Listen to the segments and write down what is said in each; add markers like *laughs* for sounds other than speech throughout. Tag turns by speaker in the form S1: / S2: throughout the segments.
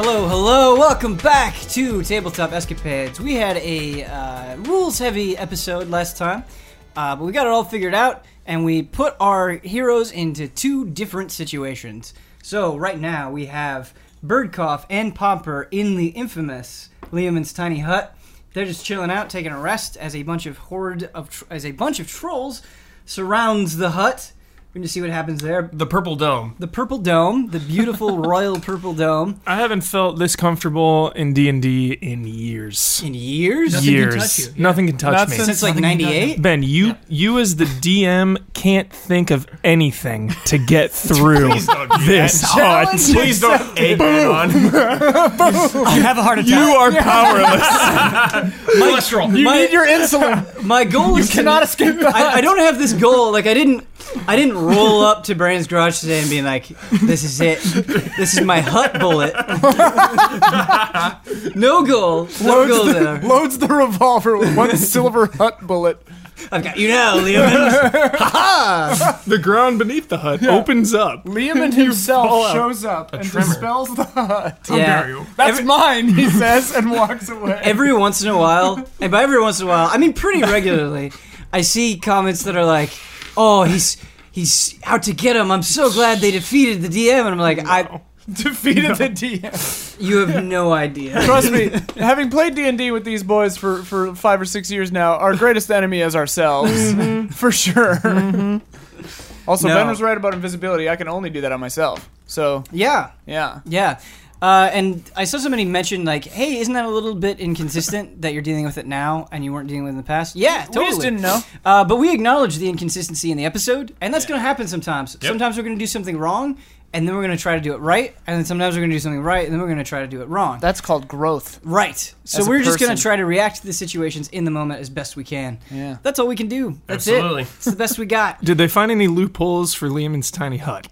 S1: Hello, hello, welcome back to Tabletop Escapades. We had a uh, rules heavy episode last time, uh, but we got it all figured out and we put our heroes into two different situations. So, right now we have Birdcough and Pomper in the infamous Liaman's tiny hut. They're just chilling out, taking a rest as a bunch of horde of tr- as a bunch of trolls surrounds the hut. We're going to see what happens there.
S2: The Purple Dome.
S1: The purple dome, the beautiful *laughs* royal purple dome.
S2: I haven't felt this comfortable in D and D in years.
S1: in years.
S3: Nothing can
S2: years.
S3: touch you, yeah.
S2: Nothing can touch
S3: Not
S2: me.
S3: since-
S1: Since like
S3: Nothing can touch
S1: '98.
S2: ben, you you as the DM can't think of anything to
S3: *laughs*
S2: get through
S3: don't do
S2: this hut.
S1: Challenge
S3: Please don't egg that on.
S1: You have a heart attack.
S2: You are *laughs* powerless.
S3: Cholesterol.
S1: My- *laughs*
S2: your insulin.
S1: My goal is cannot escape. I, I don't have this goal. Like I didn't. I didn't roll up to Brandon's garage today and being like, "This is it. This is my hut bullet." *laughs* no goal. No goal
S4: loads, the,
S1: there.
S4: loads the revolver with *laughs* one silver hut bullet.
S1: I've got you now,
S2: *laughs*
S1: Liam.
S2: the ground beneath the hut opens up.
S4: Liam and
S2: fall
S4: himself
S2: out.
S4: shows up and
S3: tremor.
S4: dispels the hut.
S1: yeah.
S4: That's mine,
S1: *laughs*
S4: he says, and walks away.
S1: every once in a while, and by every once in a while, I mean pretty regularly, I see comments that are like, "Oh, he's he's out to get him." I'm so glad they defeated the DM, and I'm like, "I,
S4: *laughs* defeated the DM.
S1: you have no idea."
S4: Trust me, having played D and D with these boys for for five or six years now, our greatest enemy is ourselves, *laughs* for sure. Also,
S1: Mm-hmm. No.
S4: Ben was right about invisibility. I can only do that on myself. So
S1: *laughs* yeah,
S4: yeah,
S1: yeah. Uh, and I saw somebody mention like, "Hey, isn't that a little bit inconsistent *laughs* that you're dealing with it now and you weren't dealing with it in the past?" Yeah, totally.
S4: we just didn't know.
S1: Uh, but we acknowledge the inconsistency in the episode, and that's going to happen sometimes.
S3: Yep.
S1: Sometimes we're going to do something wrong, and then we're going to try to do it right, and then sometimes we're going to do something right, and then we're going to try to do it wrong.
S4: That's called growth.
S1: Right. So
S4: As a
S1: we're just going to
S4: person.
S1: try to react to the situations in the moment as best we can.
S4: Yeah.
S1: That's all we can do. That's
S3: Absolutely.
S1: it. It's the best we got.
S2: Did they find any loopholes for Liam's tiny hut?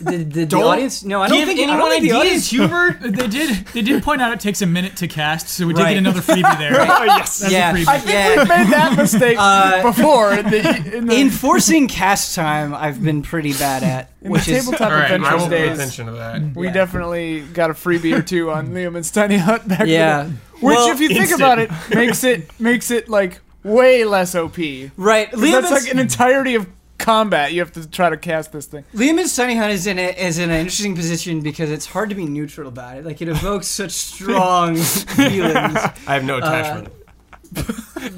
S1: The, the, the audience? No, I don't
S3: Give
S1: think I
S3: anyone
S1: don't think the
S3: ideas,
S1: audience.
S3: Hubert?
S5: They did. They did point out it takes a minute to cast, so we
S1: *laughs*
S5: did
S1: Right.
S5: get another freebie there.
S4: Ah,
S2: Oh yes.
S1: *laughs*
S5: That's
S1: Yeah.
S5: a freebie.
S4: I think
S1: Yeah.
S4: we've made that mistake
S1: Uh,
S4: before. In the, in the,
S1: Enforcing cast time, I've been pretty bad at, which is
S4: *laughs* tabletop
S3: All right, I
S4: adventures
S3: won't pay
S4: days.
S3: attention to that.
S4: We definitely got a freebie or
S1: *laughs*
S4: two on Liam and Tiny Hut back
S1: Yeah.
S4: then. Which,
S1: Well,
S4: if you think
S3: instant.
S4: about it, makes it makes it like way less OP.
S1: right.
S4: That's
S1: Liam's,
S4: like an entirety of combat. You have to try to cast this thing.
S1: Liam's Tiny Hunt is in a, is in an interesting position because it's hard to be neutral about it. Like it evokes such strong feelings.
S3: I have no attachment.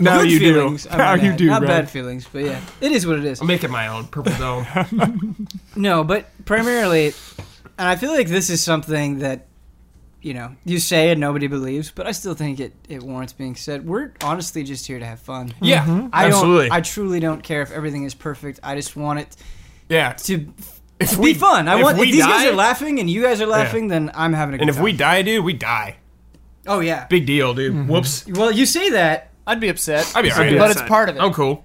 S2: Now
S1: Uh, Good
S2: you
S1: feelings,
S2: do.
S1: I
S2: Now
S1: might
S2: you
S1: add.
S2: do.
S1: Not
S2: Brad.
S1: bad feelings, but yeah, it is what it is.
S3: I'm making my own purple dome.
S1: No, but primarily, and I feel like this is something that, you know, you say and nobody believes, but I still think it, it warrants being said. We're honestly just here to have fun.
S3: yeah,
S1: I
S3: absolutely.
S1: Don't, I truly don't care if everything is perfect. I just want it
S3: yeah,
S1: to
S3: if
S1: be fun. I
S3: if
S1: want if
S3: we
S1: these
S3: die,
S1: guys are laughing and you guys are laughing, then I'm having a good
S3: and if
S1: time.
S3: we die, dude, we die.
S1: oh yeah,
S3: Big deal, dude.
S2: Mm-hmm.
S3: Whoops.
S1: well you say that.
S4: I'd be upset.
S3: I'd be Oh. alright.
S4: but
S2: upset.
S4: it's part of it.
S3: I'm cool.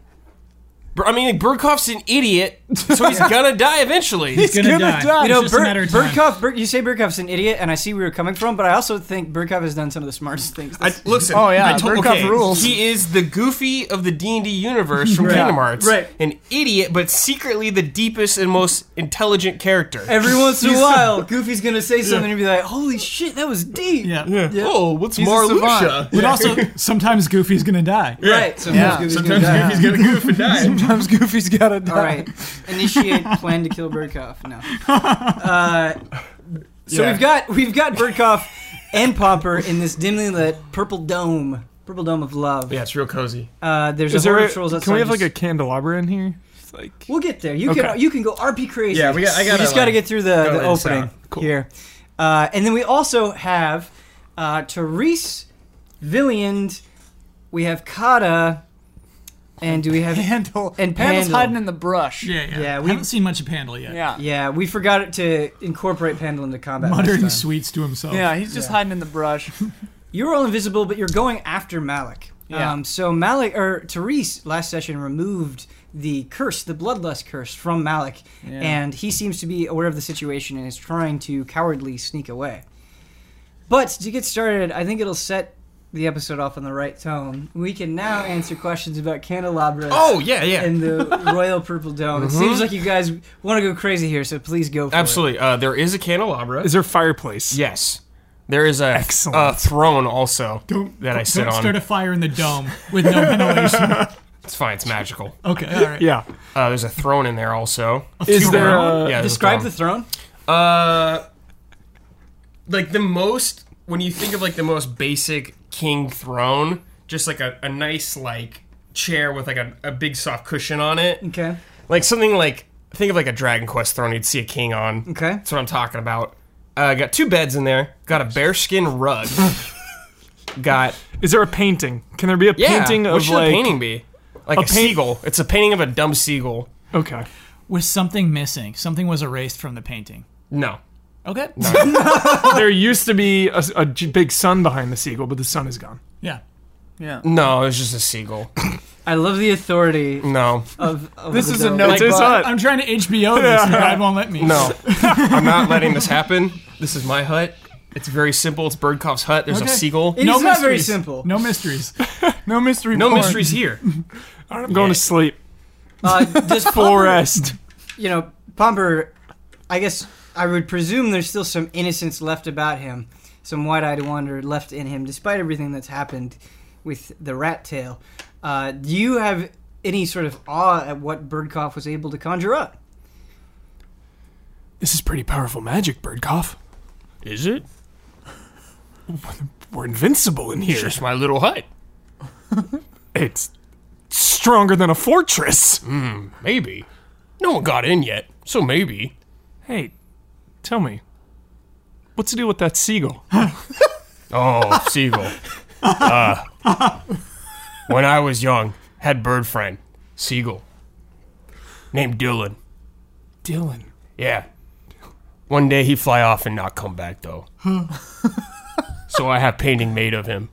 S3: Bur- I mean, Burkhoff's an idiot,
S2: *laughs*
S3: so he's gonna die eventually.
S5: He's gonna,
S4: gonna
S5: die.
S4: die.
S1: You know,
S5: it's just a matter
S1: Bert,
S5: of time.
S1: Burkhoff. Bert, you say Burkhoff's an idiot, and I see where you're coming from, but I also think Burkhoff has done some of the smartest things.
S3: I, listen.
S4: Oh, yeah,
S3: I told,
S4: Burkhoff
S3: okay,
S4: rules.
S3: He is the goofy of the D and D universe from
S1: Right.
S3: Kingdom Hearts.
S1: Right.
S3: An idiot, but secretly the deepest and most intelligent character.
S1: Every once in a while, Goofy's gonna say something and be like, "Holy shit, that was deep."
S5: Yeah.
S3: Oh, what's
S4: He's a savant.
S5: But also, sometimes Goofy's gonna die.
S1: Right. Sometimes
S4: Yeah.
S1: Goofy's
S3: Sometimes
S1: gonna die.
S3: Goofy's gonna goof and die.
S4: Sometimes Goofy's gotta die.
S1: All right. Initiate plan to kill Birdcough. No. Uh, so
S3: Yeah.
S1: we've got we've got Birdcough and Pomper in this dimly lit purple dome, purple dome of love.
S3: Yeah, it's real cozy.
S1: Uh, there's
S2: Is
S1: a
S2: there
S1: horde
S2: a,
S1: of trolls outside.
S2: can we have like a
S1: just-
S2: candelabra in here? It's like
S1: We'll get there. You can
S2: Okay.
S1: you can go RP crazy.
S3: Yeah, we got- I
S1: We
S3: gotta,
S1: just got to
S3: like,
S1: get through the,
S3: go
S1: the
S3: in this
S1: opening
S3: out. Cool.
S1: here, uh, and then we also have uh, Therese, Villiand. We have Kata, and do we have
S4: *laughs* Handle.
S1: And
S4: Handle's
S1: Pandle.
S4: hiding in the brush.
S5: Yeah, yeah.
S1: Yeah, we-
S5: we haven't seen much of Pandle yet.
S4: Yeah. yeah.
S1: Yeah, we forgot to incorporate Pandle into combat. last
S5: Muttering
S1: time.
S5: sweets to himself.
S4: he's just
S1: Yeah.
S4: hiding in the brush.
S1: You're all invisible, but you're going after Malik.
S4: Yeah.
S1: Um, so Malik or Therese last session removed the curse, the bloodlust curse, from Malik,
S4: Yeah.
S1: and he seems to be aware of the situation and is trying to cowardly sneak away. But to get started, I think it'll set the episode off on the right tone. We can now answer questions about candelabras
S3: Oh yeah, yeah.
S1: and the royal purple dome. It
S4: Mm-hmm.
S1: seems like you guys want to go crazy here, so please go. For it.
S3: Absolutely. Uh, there is a candelabra.
S2: is there a fireplace?
S3: Yes. There is a,
S2: Excellent.
S3: a throne also
S5: Don't,
S3: that I
S5: don't-
S3: sit
S5: don't
S3: on.
S5: start a fire in the dome with no
S1: *laughs*
S5: ventilation.
S3: It's fine. It's magical.
S5: Okay, all right.
S2: Yeah.
S3: Uh, there's a throne in there also.
S2: Is there
S5: around?
S2: a,
S3: yeah, there's a
S1: Describe
S3: throne.
S1: the throne.
S3: Uh, like the most when you think of like the most basic king throne, just like a, a nice like chair with like a, a big soft cushion on it,
S1: Okay.
S3: like something like think of like a Dragon Quest throne you'd see a king on.
S1: Okay.
S3: That's what I'm talking about. Uh, got two beds in there. Got a bearskin *laughs* rug. got
S2: is there a painting? Can there be a
S3: yeah.
S2: painting
S3: what
S2: of
S3: should
S2: like
S3: a painting be? Like a,
S2: paint-
S3: seagull. It's a painting of a dumb seagull.
S2: Okay.
S5: Was something missing? Something was erased from the painting.
S3: No.
S5: Okay.
S2: there used to be a, a g- big sun behind the seagull, but the sun is gone.
S5: Yeah.
S3: No, it's just a seagull.
S1: I love the authority
S3: No.
S1: of, of
S4: This
S1: the
S4: is a
S1: dome.
S4: no
S2: It's his
S4: but-
S2: hut.
S5: I'm trying to HBO this,
S1: *laughs*
S5: and God won't let me.
S3: *laughs* No, I'm not letting this happen. This is my hut. It's very simple. It's Birdkoff's hut. There's
S5: Okay.
S3: a seagull.
S1: It
S5: No
S1: is not very
S5: mysteries.
S1: simple. *laughs*
S5: No mysteries.
S4: No mystery.
S3: No
S4: porn.
S3: mysteries here.
S2: I'm going to sleep.
S1: *laughs* Uh, does
S2: Full
S1: Pomper-
S2: rest.
S1: you know, Pomper, I guess I would presume there's still some innocence left about him, some wide eyed wonder left in him, despite everything that's happened with the rat tail. Uh, do you have any sort of awe at what Birdcough was able to conjure up?
S2: This is pretty powerful magic, Birdcough.
S3: Is it?
S2: We're invincible in
S3: It's
S2: here.
S3: just my little hut.
S2: It's stronger than a fortress.
S3: Maybe. No one got in yet, so maybe.
S2: Hey, tell me, what's the deal with that seagull?
S3: Oh, seagull. Uh, when I was young, had bird friend, seagull, named Dylan.
S2: Dylan.
S3: Yeah. One day he'd fly off and not come
S5: *laughs*
S3: back though. so I have painting made of him.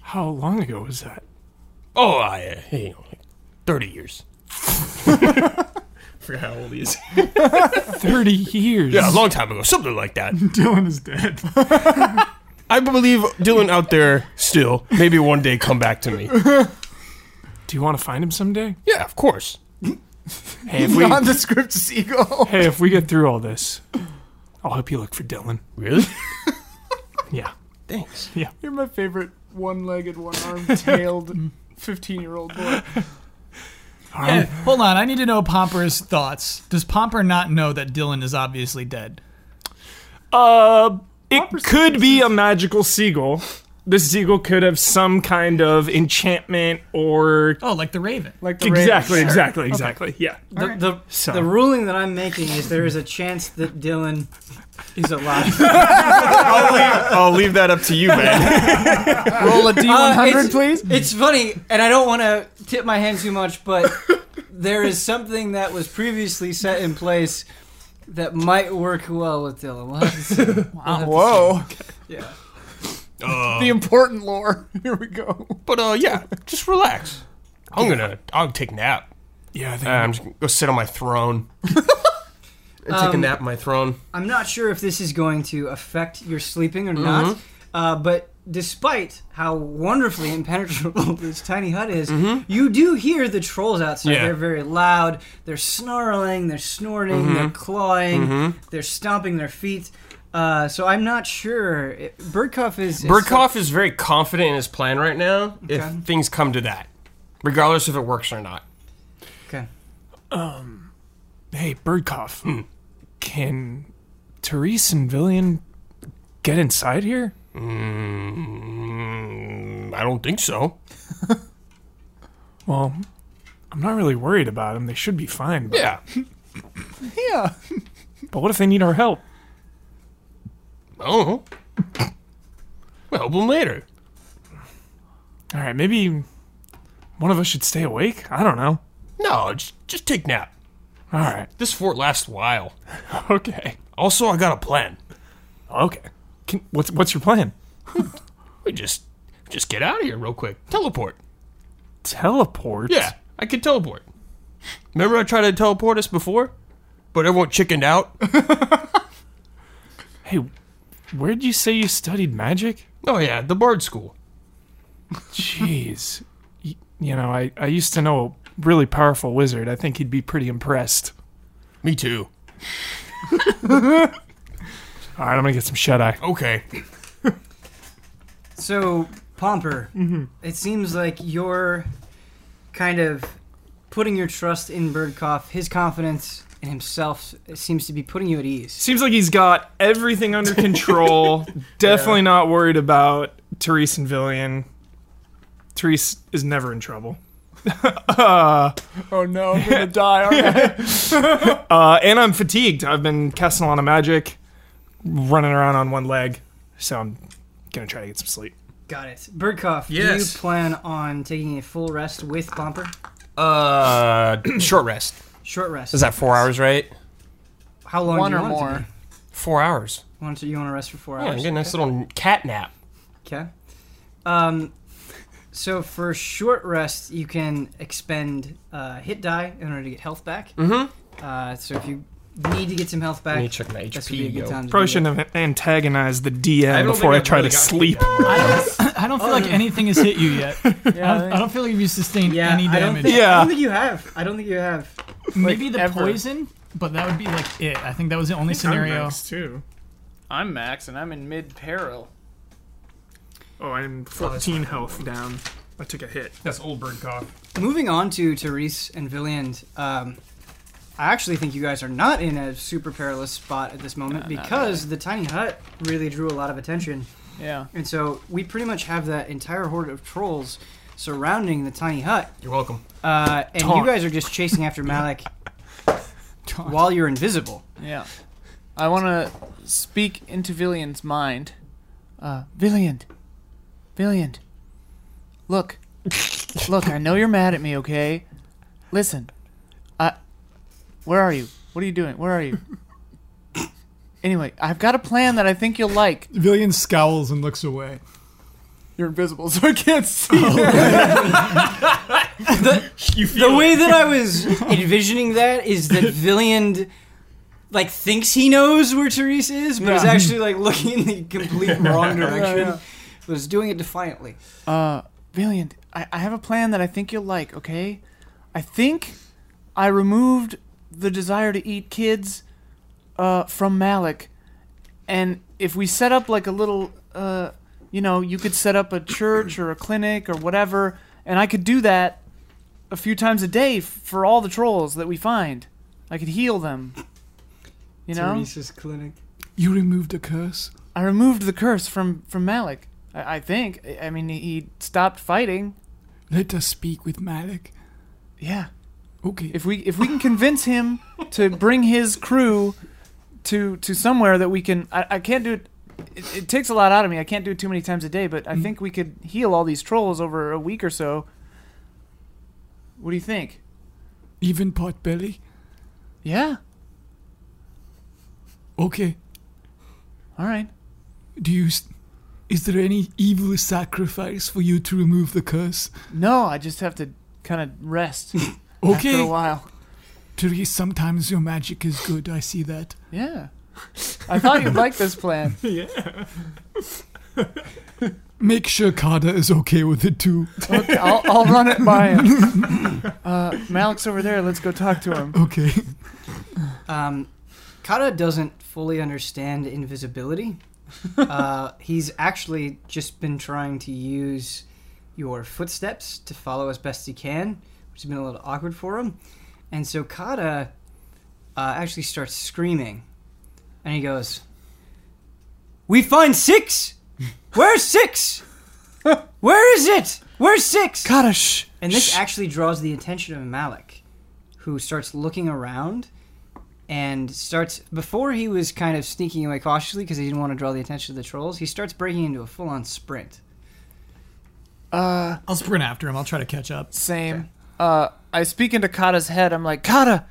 S2: How long ago was that?
S3: Oh, I, uh, you know, 30 years. Forgot how old he is.
S2: 30 years.
S3: Yeah, a long time ago. Something like
S5: *laughs*
S3: that.
S5: Dylan is dead.
S3: *laughs* I believe Dylan out there still. Maybe one day come back to me.
S2: Do you want to find him someday?
S3: Yeah, of course.
S2: Hey,
S3: *laughs*
S2: if we,
S4: Nondescript seagull.
S2: hey, if we get through all this, I'll help you look for Dylan.
S3: Really?
S2: Yeah.
S3: Thanks.
S4: You're my favorite one-legged, *laughs* one-armed-tailed, fifteen-year-old boy.
S2: All
S5: Eh,
S2: right.
S5: hold on, I need to know Pomper's thoughts. Does Pomper not know that Dylan is obviously dead?
S2: Uh, it could be a magical seagull. The seagull could have some kind of enchantment or.
S5: Oh, like the Raven.
S4: Like the
S2: Exactly, exactly, exactly. Yeah.
S1: The, the,
S2: So-
S1: the ruling that I'm making is there is a chance that Dylan is alive.
S3: I'll leave, I'll leave that up to you, *laughs* man.
S4: Roll a D100,
S1: Uh, it's-
S4: please.
S1: It's funny, and I don't want to tip my hand too much, *laughs* but there is something that was previously set in place that might work well with Dylan. We'll have to see. We'll have to
S4: Whoa.
S1: see. Yeah.
S4: The important lore. Here we go.
S3: But uh, yeah, just relax. I'm gonna. I'll take a nap.
S2: Yeah, I think.
S3: Uh, I'm just gonna go sit on my throne. and take a nap on my throne.
S1: *laughs* I'm not sure if this is going to affect your sleeping or not, uh, but despite how wonderfully impenetrable *laughs* this tiny hut is, you do hear the trolls outside.
S3: Yeah.
S1: They're very loud. They're snarling. They're snorting. They're clawing. They're stomping their feet. Uh, so I'm not sure. It- Birdcough is. is
S3: Birdcough is very confident in his plan right now.
S1: Okay.
S3: If things come to that, regardless if it works or not.
S1: Okay.
S2: Hey, Birdcough, can Therese and Villian get inside here?
S3: Mm, I don't think so.
S2: Well, I'm not really worried about them. They should be fine. But,
S3: Yeah.
S4: Yeah.
S2: but what if they need our help?
S3: Oh. We'll help him later.
S2: All right, maybe one of us should stay awake. I don't know.
S3: No, just, just take nap.
S2: All right.
S3: This fort lasts a while.
S2: Okay.
S3: Also, I got a plan.
S2: Okay. Can, what's what's your plan?
S3: We just just get out of here real quick. Teleport.
S2: Teleport.
S3: Yeah, I can teleport. Remember I tried to teleport us before? But everyone chickened *laughs* out?
S2: Hey, where'd you say you studied magic?
S3: Oh yeah, the bard school.
S2: Jeez. Y- you know, I I used to know a really powerful wizard. I think he'd be pretty impressed.
S3: Me too.
S2: All right, I'm gonna get some shut eye.
S3: Okay.
S1: So, Pomper, it seems like you're kind of putting your trust in Birdcough. His confidence in himself seems to be putting you at ease.
S2: Seems like he's got everything under *laughs* control. Definitely not worried about Therese and Villian. Therese is never in trouble.
S4: Oh
S5: *laughs*
S4: no, I'm gonna die. aren't I?
S2: Uh, and I'm fatigued. I've been casting a lot of magic, running around on one leg, so I'm gonna try to get some sleep.
S1: Got it. Birdcough,
S3: Yes.
S1: do you plan on taking a full rest with Pomper?
S3: Uh, *clears throat* short rest.
S1: Short rest.
S3: Is that four hours, right?
S1: How long
S4: One
S1: do you
S4: or
S1: want it to
S4: more.
S1: be?
S3: Four hours.
S1: Want to, you want to rest for four
S3: Oh, Yeah,
S1: hours?
S3: get a nice little cat nap.
S1: Okay. Um, so for short rest, you can expend uh, hit die in order to get health back. Mm-hmm. Uh, so if you need to get some health back,
S3: Let me check my
S1: this would be a
S3: HP.
S1: good
S3: Yo.
S1: time to
S2: Probably
S1: do that.
S2: shouldn't have antagonized the DM
S3: don't
S2: before I
S3: think I've
S2: try
S3: really
S2: to
S3: got
S2: sleep.
S5: I don't *coughs* feel like anything has hit you *laughs* yet. I, don't, I don't feel like you've sustained
S1: Yeah,
S5: any
S1: I don't
S5: damage.
S1: think, I
S2: Yeah.
S1: don't think you have. I don't think you have.
S5: Maybe the
S4: ever.
S5: poison, but that would be like it. I think that was the only scenario.
S2: too.
S4: I'm Max, and I'm in mid peril.
S2: Oh, I'm 14 health down. I took a hit.
S3: That's old bird cough.
S1: Moving on to Therese and Villiand, um, I actually think you guys are not in a super perilous spot at this moment because the tiny hut really drew a lot of attention.
S4: Yeah.
S1: And so we pretty much have that entire horde of trolls surrounding the tiny hut.
S3: You're welcome.
S1: Uh, and you
S2: Taunt.
S1: guys are just chasing after Malik
S2: *laughs*
S1: while you're invisible.
S4: Yeah. I want to speak into Villian's mind. Uh, Villian. Villian. Look. Look, I know you're mad at me, okay? Listen. I. Where are you? What are you doing? Where are *laughs* you? Anyway, I've got a plan that I think you'll like.
S5: Villian scowls and looks away.
S4: You're invisible, so I can't see.
S3: You feel
S1: The way that I was envisioning that is that Villiand like thinks he knows where Therese is, but is
S4: Yeah.
S1: actually like looking in the complete wrong direction. Was doing it defiantly.
S4: Uh, Valiant, I, I have a plan that I think you'll like, okay? I think I removed the desire to eat kids uh, from Malik. And if we set up like a little, uh, you know, you could set up a church or a clinic or whatever, and I could do that a few times a day f- for all the trolls that we find. I could heal them. You know?
S1: clinic.
S5: You removed a curse.
S4: I removed the curse from, from Malik. I, I think. I, I mean, he- he stopped fighting.
S5: Let us speak with Malik.
S4: Yeah.
S5: Okay.
S4: If we if we can convince him to bring his crew to to somewhere that we can, I, I can't do it. It, it takes a lot out of me. I can't do it too many times a day, but
S5: Mm.
S4: I think we could heal all these trolls over a week or so. What do you think?
S5: Even pot belly.
S4: Yeah.
S5: Okay.
S4: All right.
S5: Do you? s is there any evil sacrifice for you to remove the curse?
S4: No, I just have to kind of rest after a
S5: *laughs* Okay.
S4: while.
S5: Therese, sometimes your magic is good. I see that.
S4: Yeah. I thought you'd like this plan.
S5: Make sure Kada is okay with it *laughs* too.
S4: Okay, I'll, I'll run it by him. Uh, Malik's over there. Let's go talk to him.
S5: Okay.
S1: Um, Kata doesn't fully understand invisibility. uh, he's actually just been trying to use your footsteps to follow as best he can, which has been a little awkward for him. And so Kata uh, actually starts screaming, and he goes, "We find six. Where's six? Where is it? Where's six?
S4: Gotta shh.
S1: And this actually draws the attention of Malik, who starts looking around and starts before he was kind of sneaking away cautiously because he didn't want to draw the attention of the trolls. He starts breaking into a full-on sprint.
S4: Uh.
S5: I'll sprint after him. I'll try to catch up.
S4: Same. Uh, I speak into Kata's head. I'm like, Kata,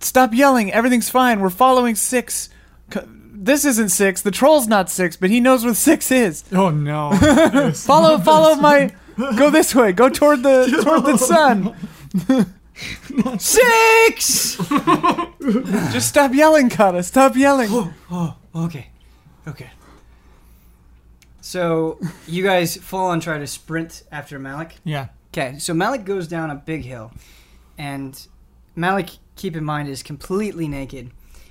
S4: stop yelling. Everything's fine. We're following six. K- This isn't six. The troll's not six, but he knows what six is.
S5: Oh *laughs* no.
S4: Follow, follow my. Go this way. Go toward the toward the sun.
S1: Six. *laughs*
S4: Just stop yelling, Kata. Stop yelling.
S1: oh, okay, okay. So you guys full-on try to sprint after Malik.
S5: yeah.
S1: Okay, so Malik goes down a big hill, and Malik, keep in mind, is completely naked.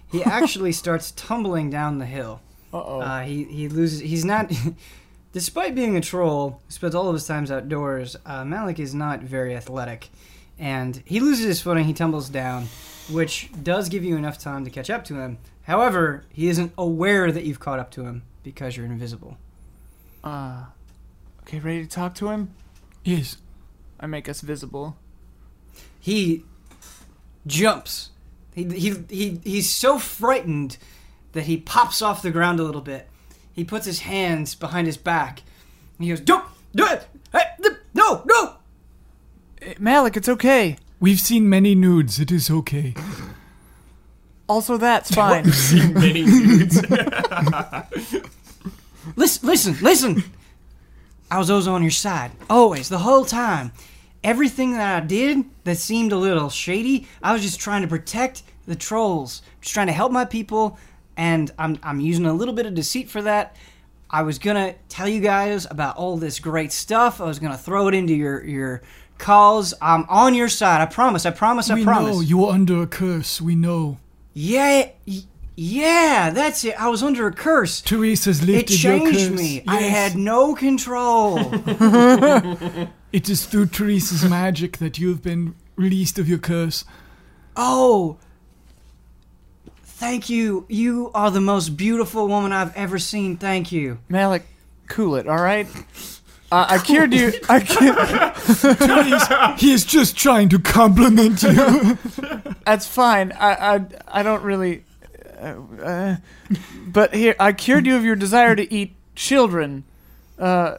S1: He actually starts tumbling down the hill.
S4: Uh-oh.
S1: Uh, he he loses. He's not. *laughs* despite being a troll, who spends all of his times outdoors, uh, Malik is not very athletic, and he loses his footing. He tumbles down, which does give you enough time to catch up to him. However, he isn't aware that you've caught up to him because you're invisible.
S4: Uh, okay, ready to talk to him?
S5: Yes.
S4: I make us visible.
S1: He jumps. He, he, he, he's so frightened that he pops off the ground a little bit. He puts his hands behind his back. And he goes, Don't do it! Hey, th- No, no!
S4: Eh, Malik, it's okay.
S5: We've seen many nudes. It is okay.
S4: Also, that's fine.
S3: Many dudes.
S1: Listen, listen, listen! I was always on your side. Always, the whole time. Everything that I did that seemed a little shady, I was just trying to protect the trolls. Just trying to help my people, and I'm, I'm using a little bit of deceit for that. I was gonna tell you guys about all this great stuff. I was gonna throw it into your your calls. I'm on your side. I promise. I promise. I
S5: we
S1: promise.
S5: know you are under a curse. We know.
S1: Yeah, y- yeah. That's it. I was under a curse.
S5: Teresa's
S1: It
S5: lifted your curse.
S1: changed me. I
S5: Yes.
S1: had no control.
S5: It is through
S1: *laughs*
S5: Teresa's magic that you have been released of your curse.
S1: Oh, thank you. You are the most beautiful woman I've ever seen. Thank you.
S4: Malik, cool it, all right? Uh, I cured you. I cu-
S5: He is just trying to compliment you.
S1: *laughs*
S4: that's fine. I, I, I don't really. Uh, uh, but here, I cured you of your desire to eat children. Uh,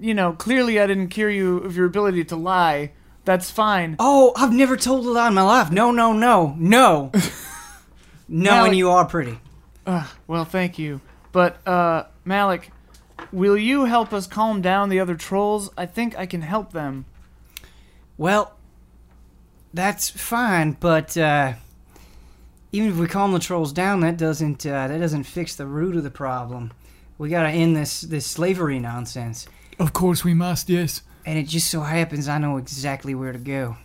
S4: you know, clearly I didn't cure you of your ability to lie. That's fine.
S1: Oh, I've never told a lie in my life. No, no, no, no. no,
S4: Now-
S1: and you are pretty.
S4: Uh, well, thank you. But, uh, Malik, will you help us calm down the other trolls? I think I can help them.
S1: Well, that's fine, but uh, even if we calm the trolls down, that doesn't uh, that doesn't fix the root of the problem. We gotta end this this slavery nonsense.
S5: of course we must, yes.
S1: And it just so happens I know exactly where to go.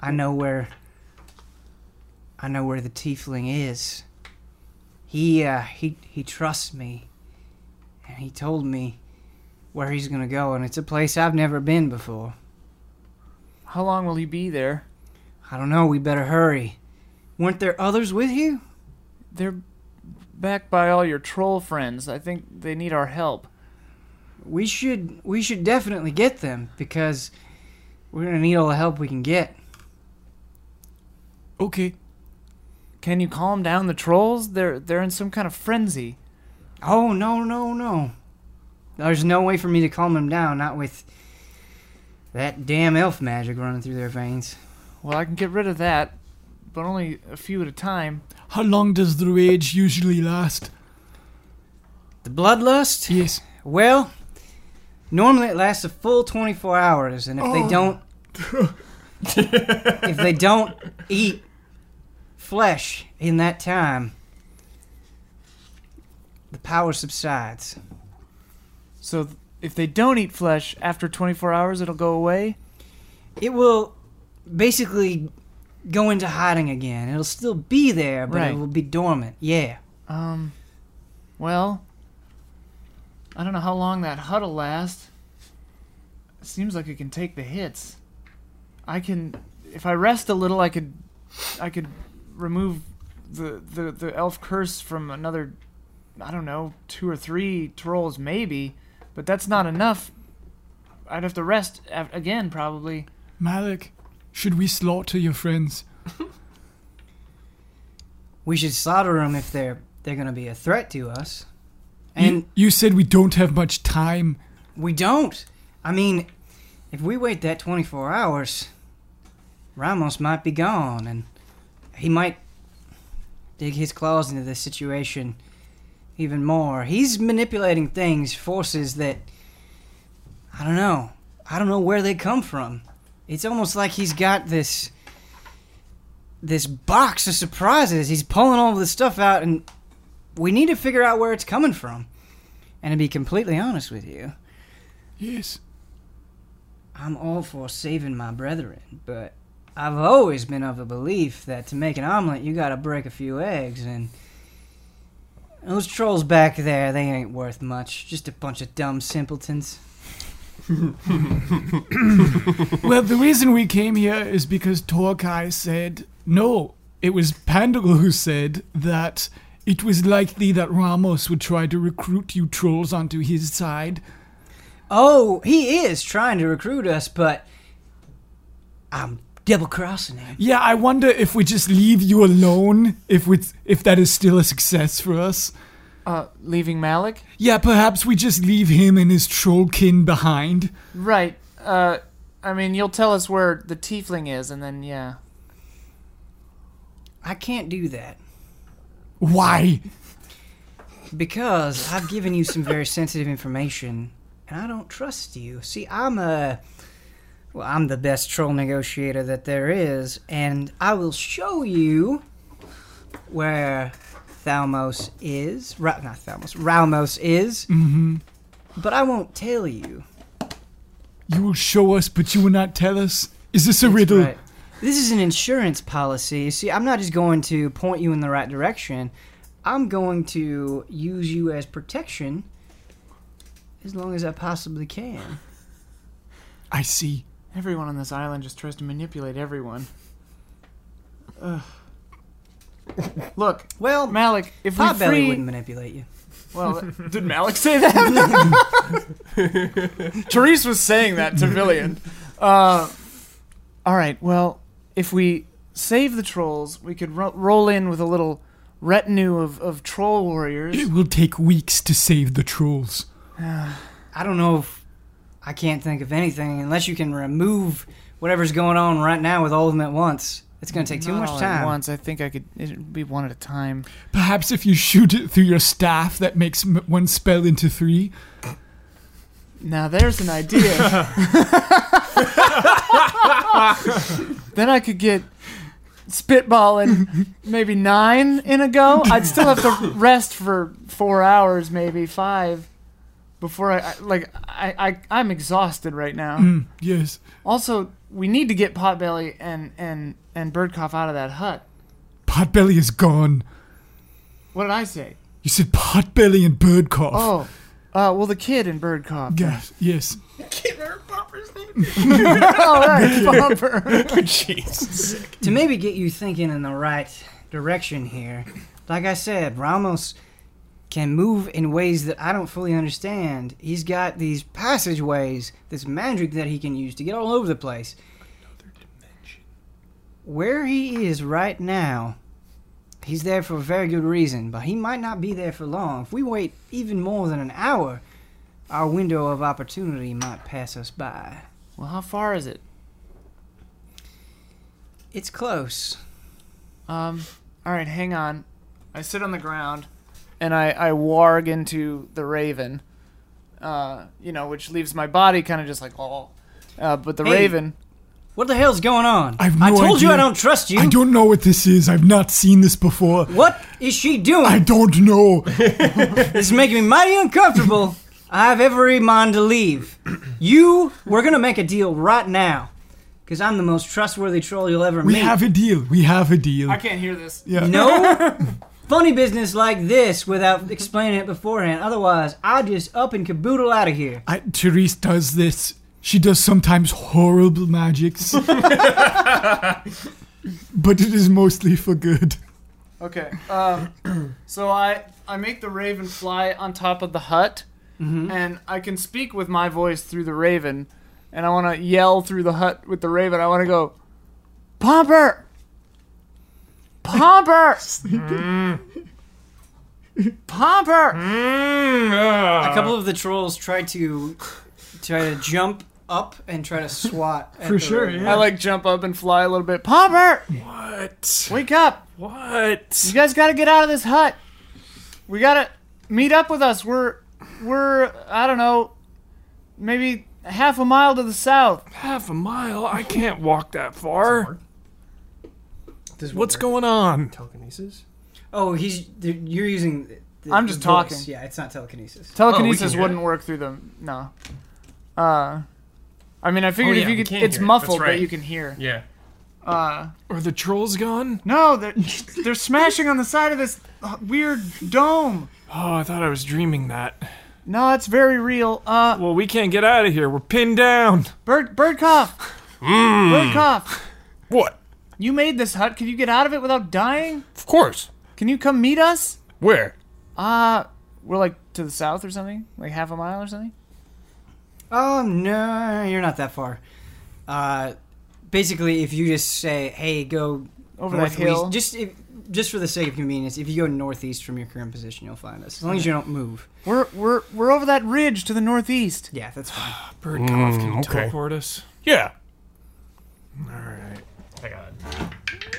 S1: I know where. I know where the tiefling is. He uh, he he trusts me, and he told me where he's gonna go, and it's a place I've never been before.
S4: How long will he be there?
S1: I don't know. We better hurry. Weren't there others with you?
S4: They're backed by all your troll friends. I think they need our help.
S1: We should we should definitely get them because we're gonna need all the help we can get.
S5: Okay.
S4: Can you calm down the trolls? They're they're in some kind of frenzy.
S1: Oh no no no! There's no way for me to calm them down. Not with that damn elf magic running through their veins.
S4: Well, I can get rid of that, but only a few at a time.
S5: How long does the rage usually last?
S1: The bloodlust.
S5: Yes.
S1: Well, normally it lasts a full 24 hours, and if they don't, if they don't eat flesh in that time, the power subsides.
S4: So th- if they don't eat flesh after 24 hours, it'll go away.
S1: It will basically go into hiding again. It'll still be there, but
S4: Right.
S1: it will be dormant. Yeah.
S4: Um, well, I don't know how long that hut'll last. Seems like it can take the hits. I can, if I rest a little, I could, I could remove the the the elf curse from another, I don't know, two or three trolls maybe, but that's not enough. I'd have to rest a- again probably.
S5: Malik, should we slaughter your friends?
S1: We should slaughter them if they're they're going to be a threat to us.
S5: You-
S1: And
S5: you, said we don't have much time.
S1: we don't. I mean, if we wait that 24 hours, Ramos might be gone and he might dig his claws into this situation even more. He's manipulating things, forces that I don't know. I don't know where they come from. It's almost like he's got this this box of surprises. He's pulling all this stuff out and we need to figure out where it's coming from. And to be completely honest with you,
S5: Yes.
S1: I'm all for saving my brethren, but I've always been of the belief that to make an omelet, you gotta break a few eggs, and those trolls back there, they ain't worth much. Just a bunch of dumb simpletons.
S5: *laughs* Well, the reason we came here is because Torkai said no. It was Pandagal who said that it was likely that Ramos would try to recruit you trolls onto his side.
S1: Oh, he is trying to recruit us, but I'm double crossing him.
S5: Yeah, I wonder if we just leave you alone, if we, if that is still a success for us.
S4: Uh, leaving Malik?
S5: Yeah, perhaps we just leave him and his trollkin behind.
S4: Right. Uh, I mean, you'll tell us where the tiefling is, and then, yeah.
S1: I can't do that
S5: Why?
S1: because I've given you some very sensitive information, and I don't trust you. See, I'm a well, I'm the best troll negotiator that there is, and I will show you where Thalmos is. Ra- not Thalmos, Ralmos is. Mm-hmm. But I won't tell you.
S5: You will show us, but you will not tell us. Is this a riddle?
S1: Right. This is an insurance policy. See, I'm not just going to point you in the right direction. I'm going to use you as protection as long as I possibly can.
S5: I see.
S4: Everyone on this island just tries to manipulate everyone. Ugh. Look,
S1: Well,
S4: Malik, if we
S1: Potbelly
S4: free...
S1: wouldn't manipulate you. *laughs*
S4: Well, did Malik say that? *laughs* Therese was saying that to Villian. Uh, all right. Well, if we save the trolls, we could ro- roll in with a little retinue of, of troll warriors.
S5: It will take weeks to save the trolls.
S1: I don't know if I can't think of anything unless you can remove whatever's going on right now with all of them at once. It's going to take too
S4: Not
S1: much
S4: all at
S1: time.
S4: once. I think I could. It'd be one at a time.
S5: Perhaps if you shoot it through your staff, that makes m- one spell into three.
S4: Now there's an idea. then I could get spitballing maybe nine in a go. I'd still have to rest for four hours, maybe five, before I, I like I, I I'm exhausted right now.
S5: Mm. Hmm, Yes.
S4: Also, we need to get Potbelly and and and Birdcough out of that hut.
S5: Potbelly is gone.
S4: What did I say?
S5: You said Potbelly and Birdcough.
S4: Oh, uh, well the kid and Birdcough.
S5: *laughs* Yes, yes.
S4: All right, Bumper.
S1: to maybe get you thinking in the right direction here, like I said, Ramos can move in ways that I don't fully understand. He's got these passageways, this magic that he can use to get all over the place. Where he is right now, he's there for a very good reason, but he might not be there for long. If we wait even more than an hour, our window of opportunity might pass us by.
S4: Well, how far is it?
S1: It's close.
S4: Um, all right, hang on. I sit on the ground, and I I warg into the raven, uh, you know, which leaves my body kind of just like oh, uh, but the
S1: Hey.
S4: raven.
S1: What the hell's going on?
S5: I have no
S1: told you I
S5: idea.
S1: don't trust you.
S5: I don't know what this is. I've not seen this before.
S1: What is she doing?
S5: I don't know.
S1: This is making me mighty uncomfortable. I have every mind to leave. *clears throat* You, we're gonna make a deal right now, because I'm the most trustworthy troll you'll ever
S5: We
S1: meet.
S5: have a deal. We have a deal.
S4: I can't hear this.
S5: yeah. *laughs*
S1: no funny business like this without explaining it beforehand. Otherwise, I just up and caboodle out of here.
S5: I, Therese does this. She does sometimes horrible magics. but it is mostly for good.
S4: Okay. Um, so I I make the raven fly on top of the hut, and I can speak with my voice through the raven, and I want to yell through the hut with the raven. I want to go, Pomper, Pomper, Pomper.
S5: Uh,
S1: A couple of the trolls try to try to jump up and try to swat.
S2: For sure,
S4: I like jump up and fly a little bit. Pomper,
S2: What?
S4: wake up!
S2: What?
S4: You guys got to get out of this hut. We got to meet up with us. We're we're I don't know, maybe half a mile to the
S3: Oh,
S4: south.
S2: Half a mile? I can't walk that far.
S3: Does it
S2: What's
S3: work?
S2: going on?
S3: telekinesis?
S1: Oh, he's you're using. The, the-
S4: I'm just
S1: the voice.
S4: talking.
S1: Yeah, it's not telekinesis.
S3: Oh, we
S4: Telekinesis
S3: can hear
S4: wouldn't work through them. No. Uh, I mean, I figured
S3: Oh,
S4: if
S3: yeah,
S4: you
S3: we
S4: could,
S3: Oh, can
S4: it's
S3: hear it.
S4: muffled,
S3: That's right.
S4: but you can hear.
S3: Yeah.
S2: Are the trolls gone?
S4: No,
S3: *laughs*
S4: they're, they're smashing on the side of this weird dome.
S2: Oh, I thought I was dreaming that.
S4: No, it's very real. Uh,
S2: Well, we can't get out of here. We're pinned down.
S4: bird, bird cough.
S3: Mm.
S4: Bird cough.
S3: What?
S4: You made this hut. Can you get out of it without dying?
S3: Of course.
S4: Can you come meet us?
S3: Where?
S4: Uh, we're like to the south or something, like half a mile or something.
S1: Oh no, you're not that far. Uh, basically, if you just say, "Hey, go
S4: Over that
S1: northeast,"
S4: hill.
S1: just if, just for the sake of convenience, if you go northeast from your current position, you'll find us. As long as you don't move.
S4: We're we're we're over that ridge to the northeast.
S1: Yeah, that's fine.
S2: Bird cough can
S3: okay.
S2: teleport us.
S3: Yeah.
S2: All right.
S3: I got it.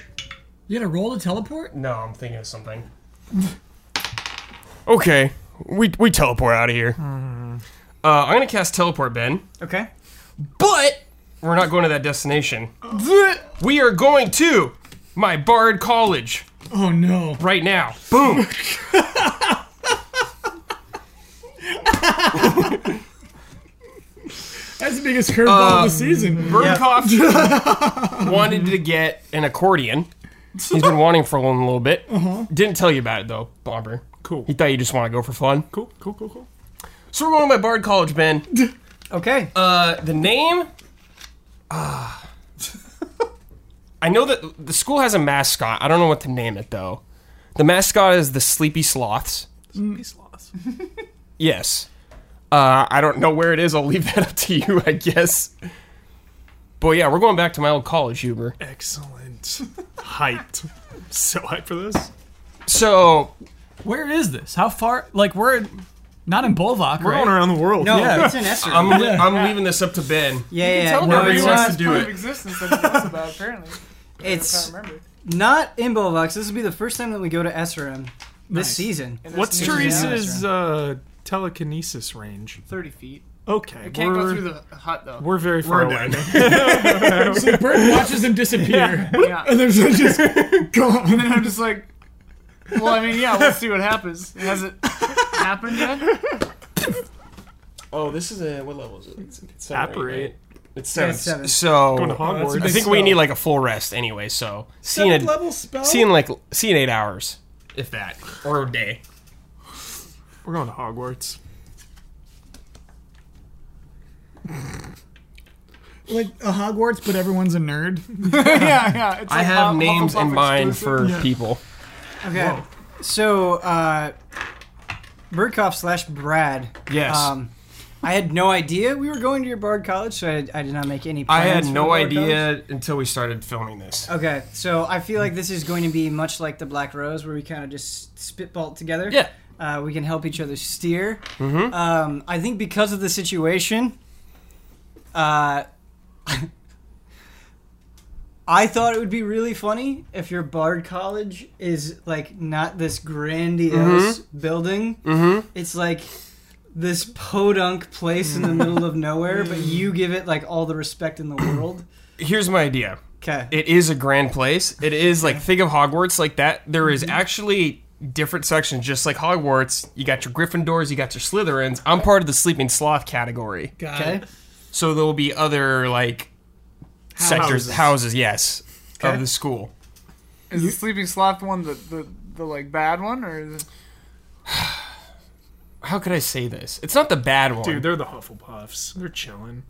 S6: You gonna roll to teleport?
S3: No, I'm thinking of something. *laughs* okay, we we teleport out of here. Uh, I'm gonna cast teleport, Ben,
S1: Okay.
S3: but we're not going to that destination. we are going to my Bard College
S6: Oh no.
S3: right now. Boom.
S6: That's the biggest curveball
S5: Um,
S6: of the season.
S3: Birdcough *laughs* wanted to get an accordion. He's been wanting for a little, little bit.
S6: Uh-huh.
S3: Didn't tell you about it though, Bomber.
S2: Cool.
S3: He thought you just want to go for fun.
S2: Cool. Cool. Cool. Cool.
S3: So we're going to my Bard
S2: *laughs*
S3: College, Ben.
S1: Okay.
S3: Uh, the name. Ah. I know that the school has a mascot. I don't know what to name it though. The mascot is the Sleepy Sloths. *laughs* Yes. Uh, I don't know where it is. I'll leave that up to you, I guess. But yeah, we're going back to my old college, Huber.
S2: Excellent. *laughs* Hyped. So hyped for this.
S3: So
S6: Where is this? How far? Like we're not in Bolvok,
S2: We're
S6: right?
S2: going around the world.
S1: no,
S6: yeah.
S1: it's an Esther.
S2: *laughs*
S3: I'm, I'm leaving this up to Ben.
S1: yeah, yeah.
S3: tell
S1: no,
S3: them
S1: it's,
S3: he wants
S1: not,
S3: to do
S4: Part of
S3: it.
S4: existence that he knows about apparently.
S1: it's
S4: remember.
S1: not in Bolvox. This will be the first time that we go to Esserim this season.
S2: What's
S1: Yeah.
S2: Teresa's uh, telekinesis range?
S4: Thirty feet.
S2: Okay.
S4: You can't
S2: we're,
S4: go through the hut though.
S2: We're very far away.
S4: *laughs*
S6: So the bird watches them disappear.
S4: Yeah.
S6: And
S2: *laughs*
S6: there's
S4: *laughs*
S6: just gone.
S4: And I'm just like, well, I mean, yeah, we'll see what happens. Has it happened yet?
S3: Oh, this is a what level is it? It's, it's
S2: Apparate.
S3: It's seven.
S1: it's seven.
S3: So
S2: Going to Hogwarts.
S3: I think we need like a full rest anyway. So seeing a
S6: level spell.
S3: seeing like seeing eight hours, if that, or a day.
S2: We're going to Hogwarts.
S5: Like a Hogwarts, but everyone's a nerd.
S4: yeah, yeah. It's
S3: I
S4: like
S3: have
S4: Huff-
S3: names in
S4: Hufflepuff
S3: mind
S4: exclusive.
S3: for people.
S1: Okay. So, uh, Birdcough slash Brad.
S3: Yes.
S1: Um, I had no idea we were going to your Bard College, so I, I did not make any
S3: I
S1: plans.
S3: had
S1: for
S3: no
S1: Bard College.
S3: idea until we started filming this.
S1: Okay, so I feel like this is going to be much like the Black Rose, where we kind of just spitball together.
S3: Yeah.
S1: Uh, we can help each other steer. Mm-hmm. Um, I think because of the situation, uh, *laughs* I thought it would be really funny if your Bard College is like not this grandiose building. Mm-hmm. It's like this podunk place in the middle of nowhere, but you give it like all the respect in the world.
S3: Here's my idea.
S1: Okay.
S3: It is a grand place. It is like think of Hogwarts like that. There is actually different sections, just like Hogwarts. You got your Gryffindors, you got your Slytherins. I'm part of the sleeping sloth category,
S6: Got
S1: Okay.
S6: it.
S3: so there will be other like sectors, houses, yes, of the school.
S4: Is the sleeping sloth one the, the, the like bad one or is it
S3: How could I say this? It's not the bad one.
S2: Dude, they're the Hufflepuffs. They're chilling.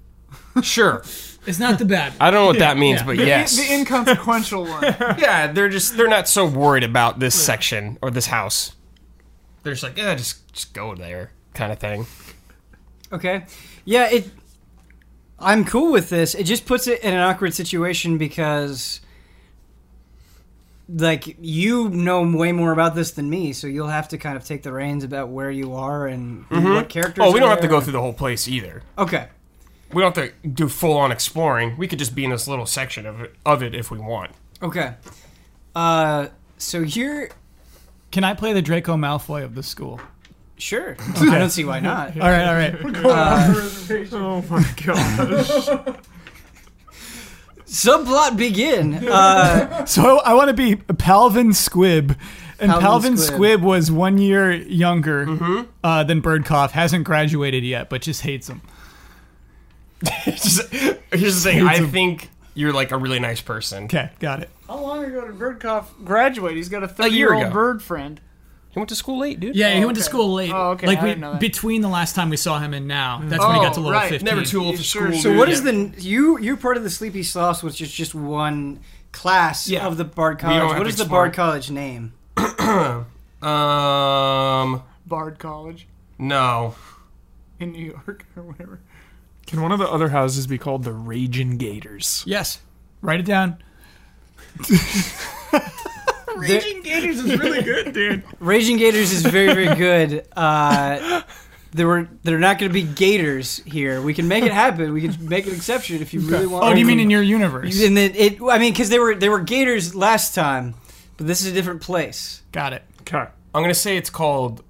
S3: sure,
S6: It's not the bad.
S3: I don't know what that means, but
S4: the,
S3: yes, *laughs*
S4: the inconsequential one?
S3: yeah, they're just they're not so worried about this section or this house. They're just like, yeah, just just go there, kind of thing.
S1: Okay. Yeah, it I'm cool with this. It just puts it in an awkward situation because like you know way more about this than me, so you'll have to kind of take the reins about where you are and what characters.
S3: Oh, we
S1: are
S3: don't have to
S1: there.
S3: go through the whole place either.
S1: Okay.
S3: We don't have to do full on exploring. We could just be in this little section of it, of it if we want. *laughs*
S1: Okay. Uh so you're
S5: Can I play the Draco Malfoy of the school?
S3: *laughs*
S1: sure. I don't see why not.
S5: *laughs* All right, all right.
S2: Oh my *laughs* gosh.
S1: Subplot begin.
S3: *laughs*
S1: Uh
S5: So I want to be Palvin Squibb. And
S1: Palvin
S5: Palvin,
S1: Squibb.
S5: Squibb. was one year younger uh, than Birdcough. Hasn't graduated yet, but just hates him.
S3: Just- here's the thing. I think you're like a really nice person.
S7: Okay, got it.
S4: *laughs* How long ago did Birdcough graduate? He's got a
S3: year
S4: thirty-year-old
S3: ago.
S4: bird friend.
S3: He went to school late, dude.
S5: Yeah, he went to
S4: okay.
S5: school late.
S4: Oh, okay,
S5: Like
S4: I
S5: we,
S4: didn't know that.
S5: between the last time we saw him and now, that's when he got to
S4: Oh,
S5: level
S4: right.
S5: fifteen.
S3: Never too old
S4: You
S3: for
S4: sure
S3: school.
S4: should. So
S3: dude.
S1: What is the you? You're part of the Sleepy Sauce, which is just one class
S3: Yeah.
S1: of the Bard
S3: don't
S1: College.
S3: have
S1: What
S3: to
S1: is the
S3: explore.
S1: Bard College name?
S3: Um,
S4: Bard College
S3: no.
S4: in New York *laughs* or whatever.
S2: Can one of the other houses be called the Raging Gators?
S5: Yes.
S7: Write it down.
S2: *laughs* Raging Gators is really good,
S4: *laughs*
S2: dude.
S1: Raging Gators is very very good. Uh, there were they're not going to be gators here. We can make it happen. We can make an exception if you really want.
S7: Oh, do you mean in your universe?
S1: And then it. I mean, because they were they were gators last time, but this is a different place.
S7: Got it.
S2: Okay.
S3: I'm gonna say it's called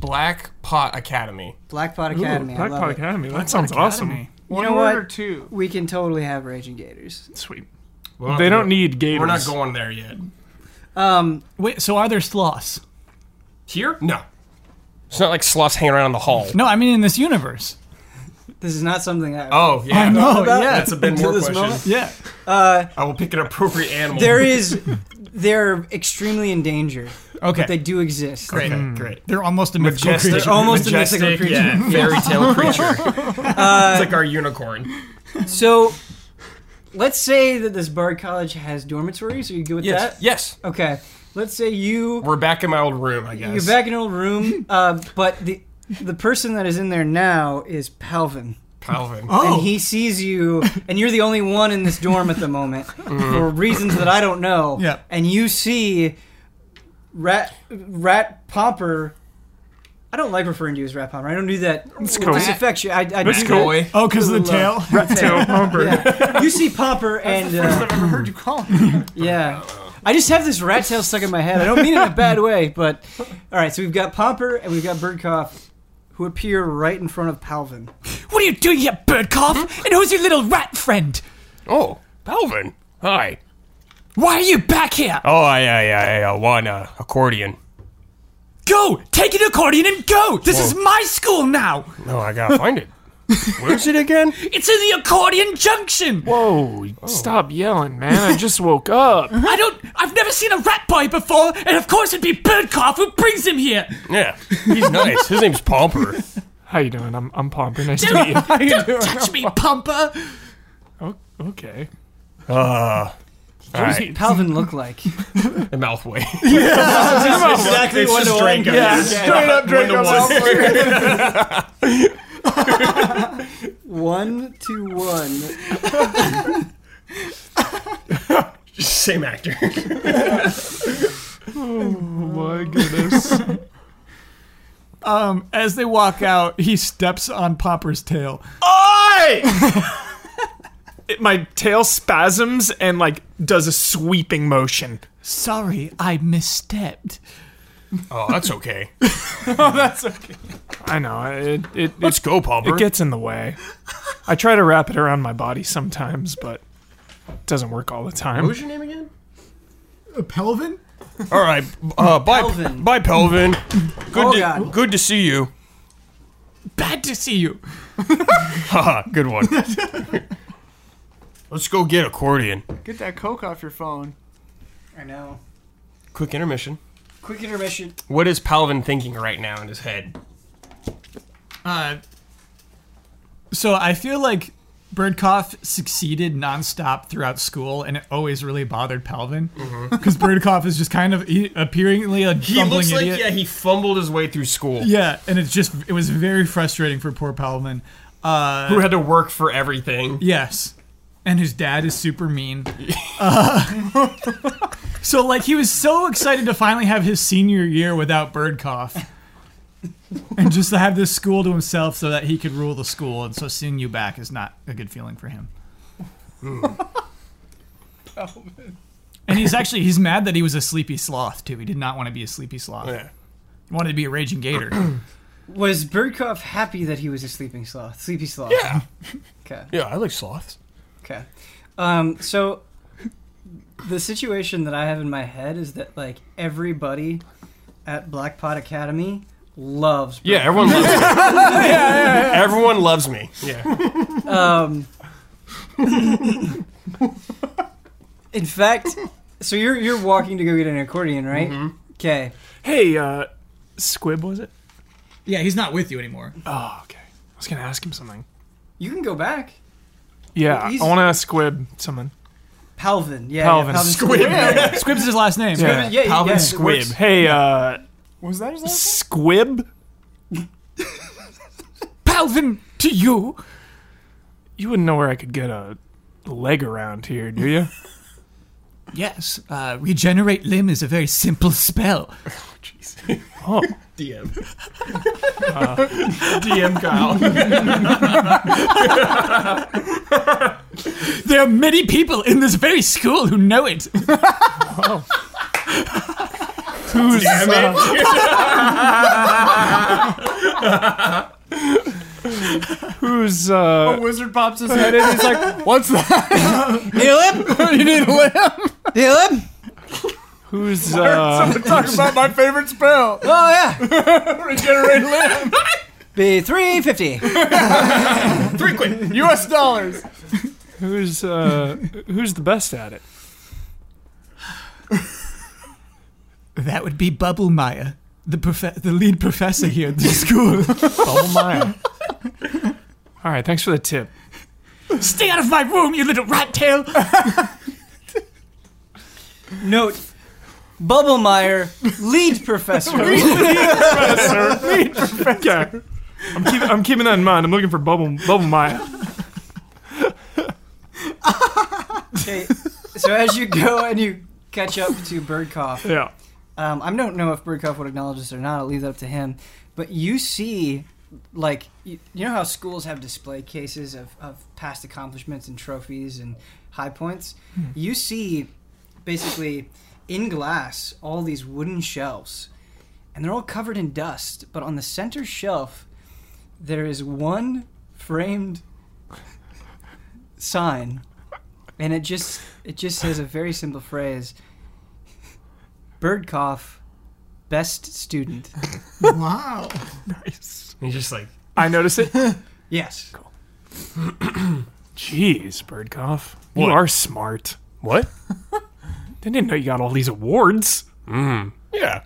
S3: Black Pot Academy.
S1: Blackpot
S2: Ooh,
S1: Academy. I
S2: Black
S1: love
S2: Pot
S1: it.
S2: Academy. That sounds awesome.
S4: One
S1: know
S4: word
S1: what?
S4: or two.
S1: We can totally have Raging Gators.
S2: Sweet.
S3: We'll have
S2: They
S3: to
S2: don't
S3: go-
S2: need gators. *laughs*
S3: We're not going there yet.
S1: Um,
S5: Wait. So are there sloths?
S3: Here? No. It's not like sloths hanging around in the hall.
S7: No, I mean in this universe.
S1: this is not something I.
S3: *laughs* Oh yeah.
S7: I know.
S1: about-
S7: yeah.
S3: That's
S1: *laughs*
S3: a bit
S1: Until
S3: more
S1: this
S3: question.
S1: moment?
S7: yeah.
S3: I will pick an appropriate animal.
S1: There is, they're extremely in danger.
S7: Okay.
S1: But they do exist.
S3: Great, great.
S7: They're almost a mythical
S3: Majestic,
S7: creature.
S1: Mm-hmm. They're
S4: Oh,
S1: almost a
S3: majestic,
S1: mythical creature. Uh,
S3: Yeah, fairy
S1: *laughs*
S3: tale creature. it's like our unicorn.
S1: So, let's say that this Bard College has dormitories. Are you good with
S3: Yes.
S1: that?
S3: Yes.
S1: Okay. Let's say you
S3: We're back in my old room, I guess.
S1: you're back in an
S7: *laughs*
S1: old room, uh, but the the person that is in there now is Palvin.
S3: Calvin.
S5: Oh.
S7: Oh.
S1: and he sees you, and you're the only one in this dorm at
S7: *laughs*
S1: the moment for reasons that I don't know.
S7: Mm-hmm. Yeah.
S1: And you see Rat Rat Pomper. I don't like referring to you as Rat Pomper. I don't do that. It's
S2: cool.
S1: Disaffection. I, I
S2: That's
S1: do
S2: cool.
S1: that.
S3: Boy.
S7: Oh, because of *laughs* the tail?
S1: Love. Tail. Yeah. You see Pomper, and uh,
S4: I've never heard you call him.
S1: yeah. I just have this rat tail stuck in my head. I don't mean it in a bad way, but all right. So we've got Pomper and we've got Birdcough, who appear right in front of Palvin.
S5: *laughs* What are you doing here,
S4: Hmm?
S5: Birdcough? And who's your little rat friend?
S3: Oh, Calvin. Hi.
S5: Why are you back here?
S3: Oh, I, I, I, I want a accordion.
S5: Go! Take an accordion and go! This is my school now!
S3: No, Oh, I gotta find it. Where's it again?
S5: It's in the accordion junction!
S2: Whoa! Stop yelling, man! I just
S1: *laughs*
S2: woke up.
S5: I don't. I've never seen a rat boy before, and of course it'd be Birdcough who brings him *laughs* here!
S3: Yeah, he's nice. His name's Pomper.
S2: How you doing? I'm I'm Pomper. Nice to *laughs* meet you.
S5: Don't touch me, Pumper!
S2: O- Oh, okay.
S3: Uh, all
S1: What
S3: right.
S1: does Palvin look like?
S3: The mouth *laughs* way.
S1: exactly
S3: It's just Draco.
S4: Straight up Draco Malfoy.
S1: One to one.
S3: *laughs* Same actor.
S2: Oh my goodness. *laughs*
S7: Um, as they walk out, he steps on Popper's tail.
S2: Oi! It- my tail spasms and like does a sweeping motion.
S7: Sorry, I misstepped.
S3: oh, that's okay.
S2: I know it. It
S3: Let's
S2: it,
S3: go, Pomper.
S2: it gets in the way. I try to wrap it around my body sometimes, but it doesn't work all the
S3: What
S2: time.
S3: was your name again?
S7: Pelvin?
S3: All right. Uh, bye,
S1: Pelvin.
S3: bye, Pelvin. Good,
S1: Oh,
S3: to,
S1: God.
S3: good to see you.
S5: Bad to see you.
S3: Haha, good one. Let's go get accordion.
S4: Get that coke off your phone.
S1: I know.
S3: Quick intermission.
S1: Quick intermission.
S3: What is Palvin thinking right now in his head?
S5: Uh, so I feel like Birdcough succeeded nonstop throughout school, and it always really bothered Palvin *laughs* because Birdcough is just kind of e- appearingly a
S3: He
S5: bumbling
S3: looks like
S5: idiot.
S3: yeah, he fumbled his way through school.
S5: Yeah, and it's just it was very frustrating for poor Palvin. Uh,
S3: Who had to work for everything?
S5: yes, and his dad is super mean. Uh, so like he was so excited to finally have his senior year without Birdcough, and just to have this school to himself so that he could rule the school. And so seeing you back is not a good feeling for him. And he's actually he's mad that he was a sleepy sloth too. He did not want to be a sleepy sloth.
S3: Yeah.
S5: He wanted to be a raging gator.
S1: Was Birdcough happy that he was a sleeping sloth? Sleepy sloth.
S3: Yeah.
S1: Okay.
S3: Yeah, I like sloths.
S1: Okay. Um, so the situation that I have in my head is that like everybody at Black Pot Academy loves.
S3: Yeah, *laughs* everyone loves me. Everyone loves me. Yeah.
S1: Um, In
S4: *laughs*
S1: fact, so you're you're walking to go get an accordion, right?
S4: Mm-hmm.
S1: Okay.
S2: Hey, uh, Squib was it?
S6: *clears throat* Yeah, he's not with you anymore.
S2: Oh, okay. I was gonna ask him something.
S1: You can go back.
S2: Yeah,
S1: He's-
S2: I want to ask Squib something.
S1: Palvin. Yeah.
S2: Palvin.
S1: Yeah,
S2: Squib.
S1: Yeah.
S6: Squib's his last name.
S2: Yeah.
S1: yeah,
S3: Palvin
S1: yeah, it
S3: Squib.
S1: works.
S2: Hey, uh,
S5: Was that his
S2: *laughs*
S5: last
S2: Squib,
S5: Palvin to you?
S2: you wouldn't know where I could get a leg around here,
S1: *laughs*
S2: do you?
S5: Yes, uh, regenerate limb is a very simple spell.
S2: Oh,
S3: *laughs* DM.
S2: DM Kyle.
S8: *laughs*
S5: There are many people in this very school who know it.
S2: Who's uh,
S1: *laughs*
S2: *laughs* who's
S1: Oh,
S2: uh?
S4: Wizard pops his head in. He's
S2: *laughs*
S4: like,
S1: Heal him.
S4: *laughs* "You need a lamp."
S1: Heal him.
S2: Who's uh?
S4: Talk about my favorite spell.
S1: Oh yeah.
S4: *laughs*
S1: *laughs*
S4: Regenerate limb.
S1: Be three fifty.
S3: Three quick.
S4: U.S. dollars.
S2: Who's *laughs* uh? Who's the best at it?
S5: That would be Bubblemeyer, the prof- the lead professor here *laughs* at the school.
S2: Bubble Maya. All right, thanks for the tip.
S5: Stay out of my room, you little rat tail!
S1: Note. Bubblemeyer, lead
S4: *laughs*
S1: professor.
S2: *laughs* Yeah, I'm keeping I'm keeping that in mind. I'm looking for Bubble Bubble Maya.
S1: okay. So as you go and you catch up to Birdcough,
S2: Yeah.
S1: Um, I don't know if Birdcough would acknowledge this or not. I'll leave that up to him. But you see, like, you, you know how schools have display cases of, of past accomplishments and trophies and high points? You see, basically, in glass, all these wooden shelves. And they're all covered in dust. But on the center shelf, there is one framed sign. And it just it just says a very simple phrase Birdcough, best student.
S6: Wow.
S3: And just like,
S2: I notice it.
S1: Yes.
S2: Jeez, Birdcough. You
S3: What?
S2: are smart. What? I *laughs* didn't know you got all these awards. Mm.
S8: Yeah.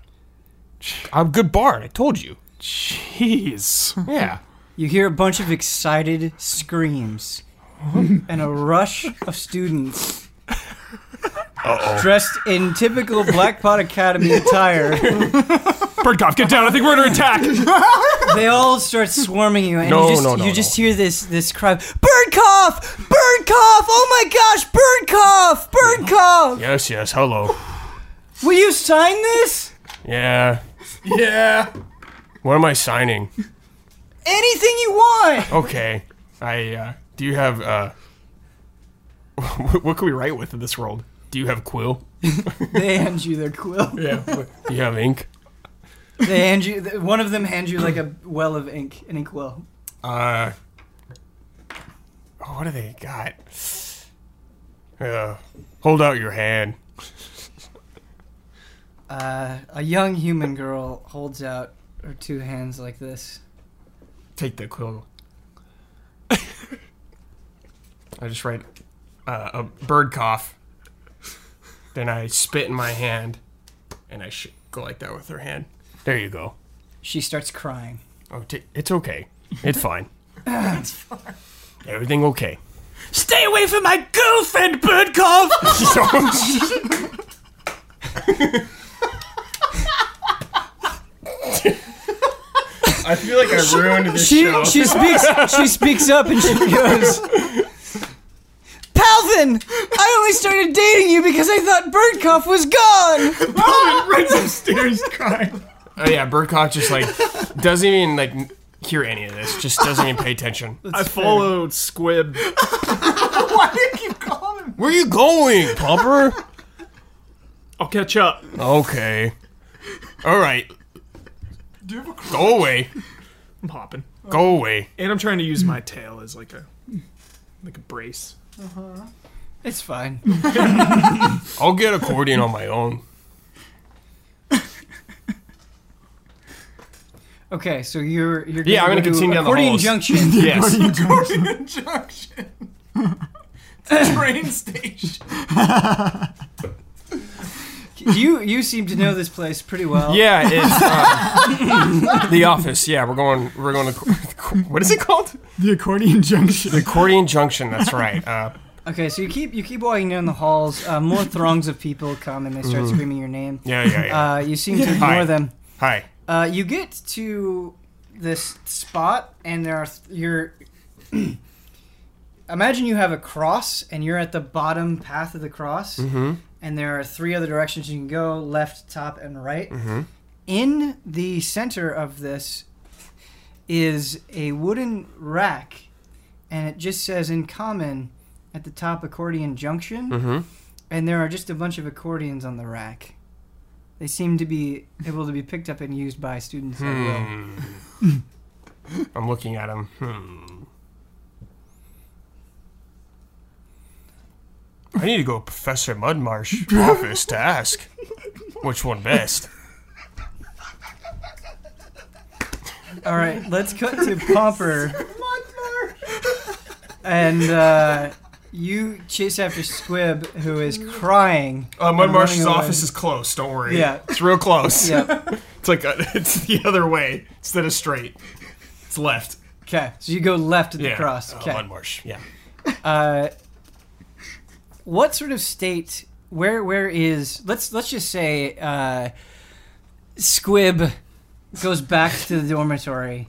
S8: I'm a good bard, I told you.
S2: Jeez.
S8: Yeah.
S1: You hear a bunch of excited screams and a rush of students dressed in typical Blackpot Academy attire.
S2: Birdcough, get down. I think we're under *laughs* attack.
S1: They all start swarming you, and
S8: No,
S1: you just,
S8: no, no,
S1: you just hear this this cry: "Birdcough! Birdcough! Oh my gosh! Birdcough! Birdcough!
S8: Yes, yes. Hello.
S1: Will you sign this?
S8: Yeah.
S3: yeah.
S8: What am I signing?
S1: Anything you want."
S8: Okay. I, uh, do you have, uh, *laughs* what, what can we write with in this world? Do you have quill?
S1: They hand you their quill.
S8: Yeah. do you have ink?
S1: They hand you. th- One of them hands you like a well of ink, an ink well.
S8: Uh, oh, what do they got? Uh, hold out your hand.
S1: Uh, a young human girl holds out her two hands like this.
S8: Take the quill. I just write uh, a bird cough.
S3: Then I spit in my hand, and I sh- go like that with her hand.
S8: There you go.
S1: She starts crying.
S8: Oh, t- it's okay. It's
S5: *laughs*
S8: fine. it's fine. Everything okay.
S5: Stay away from my girlfriend, Birdcough!
S8: *laughs*
S5: *laughs*
S3: I feel like I ruined this
S1: She
S3: show.
S1: she speaks she speaks up *laughs* and she goes, Palvin, I only started dating you because I thought Birdcough was gone.
S3: oh yeah, Birdcock just like doesn't even like n- hear any of this. Just doesn't even pay attention.
S2: I followed Squib.
S8: Where you going, Pumper?
S2: I'll catch up.
S8: okay. All right. Go away.
S2: I'm hopping.
S8: Go away.
S2: And I'm trying to use my tail as like a like a
S5: *laughs*
S2: brace.
S1: It's fine.
S8: I'll get accordion on my own.
S1: Okay, so you're you're
S8: Yeah, I'm
S1: go
S8: gonna
S1: to
S3: *laughs*
S8: continue down the
S1: Accordion
S8: halls.
S1: Junction.
S8: Yes.
S5: train station.
S1: You you seem to know this place pretty well.
S3: Yeah, it's uh, the office. Yeah, we're going. We're going to. What is it called?
S5: The accordion junction.
S3: The Accordion Junction. That's right. Uh,
S1: Okay, so you keep you keep walking down the halls. Uh, more throngs of people come and they start
S3: Mm-hmm.
S1: screaming your name.
S3: yeah, yeah, yeah.
S1: Uh, you seem
S3: *laughs*
S1: to
S3: Hi.
S1: ignore them.
S3: Hi.
S1: Uh, you get to this spot, and there are th- you're. *clears throat* Imagine you have a cross, and you're at the bottom path of the cross,
S3: Mm.
S1: and there are three other directions you can go: left, top, and right. In the center of this is a wooden rack, and it just says "In Common" at the top, accordion junction,
S3: Mhm.
S1: and there are just a bunch of accordions on the rack. They seem to be able to be picked up and used by students at
S3: Hmm.
S1: will.
S3: *laughs* I'm looking at him. Hmm. I need to go to
S1: *laughs*
S3: Professor Mudmarsh office to ask which one best.
S1: All right, let's cut to Pomper. and uh, you chase after Squib, who is crying.
S3: Uh,
S1: and running
S3: Mudmarsh's
S1: away.
S3: office is close. Don't worry.
S1: Yeah.
S3: it's real close.
S1: Yep.
S3: It's like uh *laughs* it's the other way instead of straight. It's left.
S1: Okay, so you go left at the
S3: Yeah.
S1: cross.
S3: Uh,
S1: Okay.
S3: Mudmarsh. Yeah.
S1: Uh, what sort of state? Where where is? Let's let's just say uh, Squib goes back to the dormitory.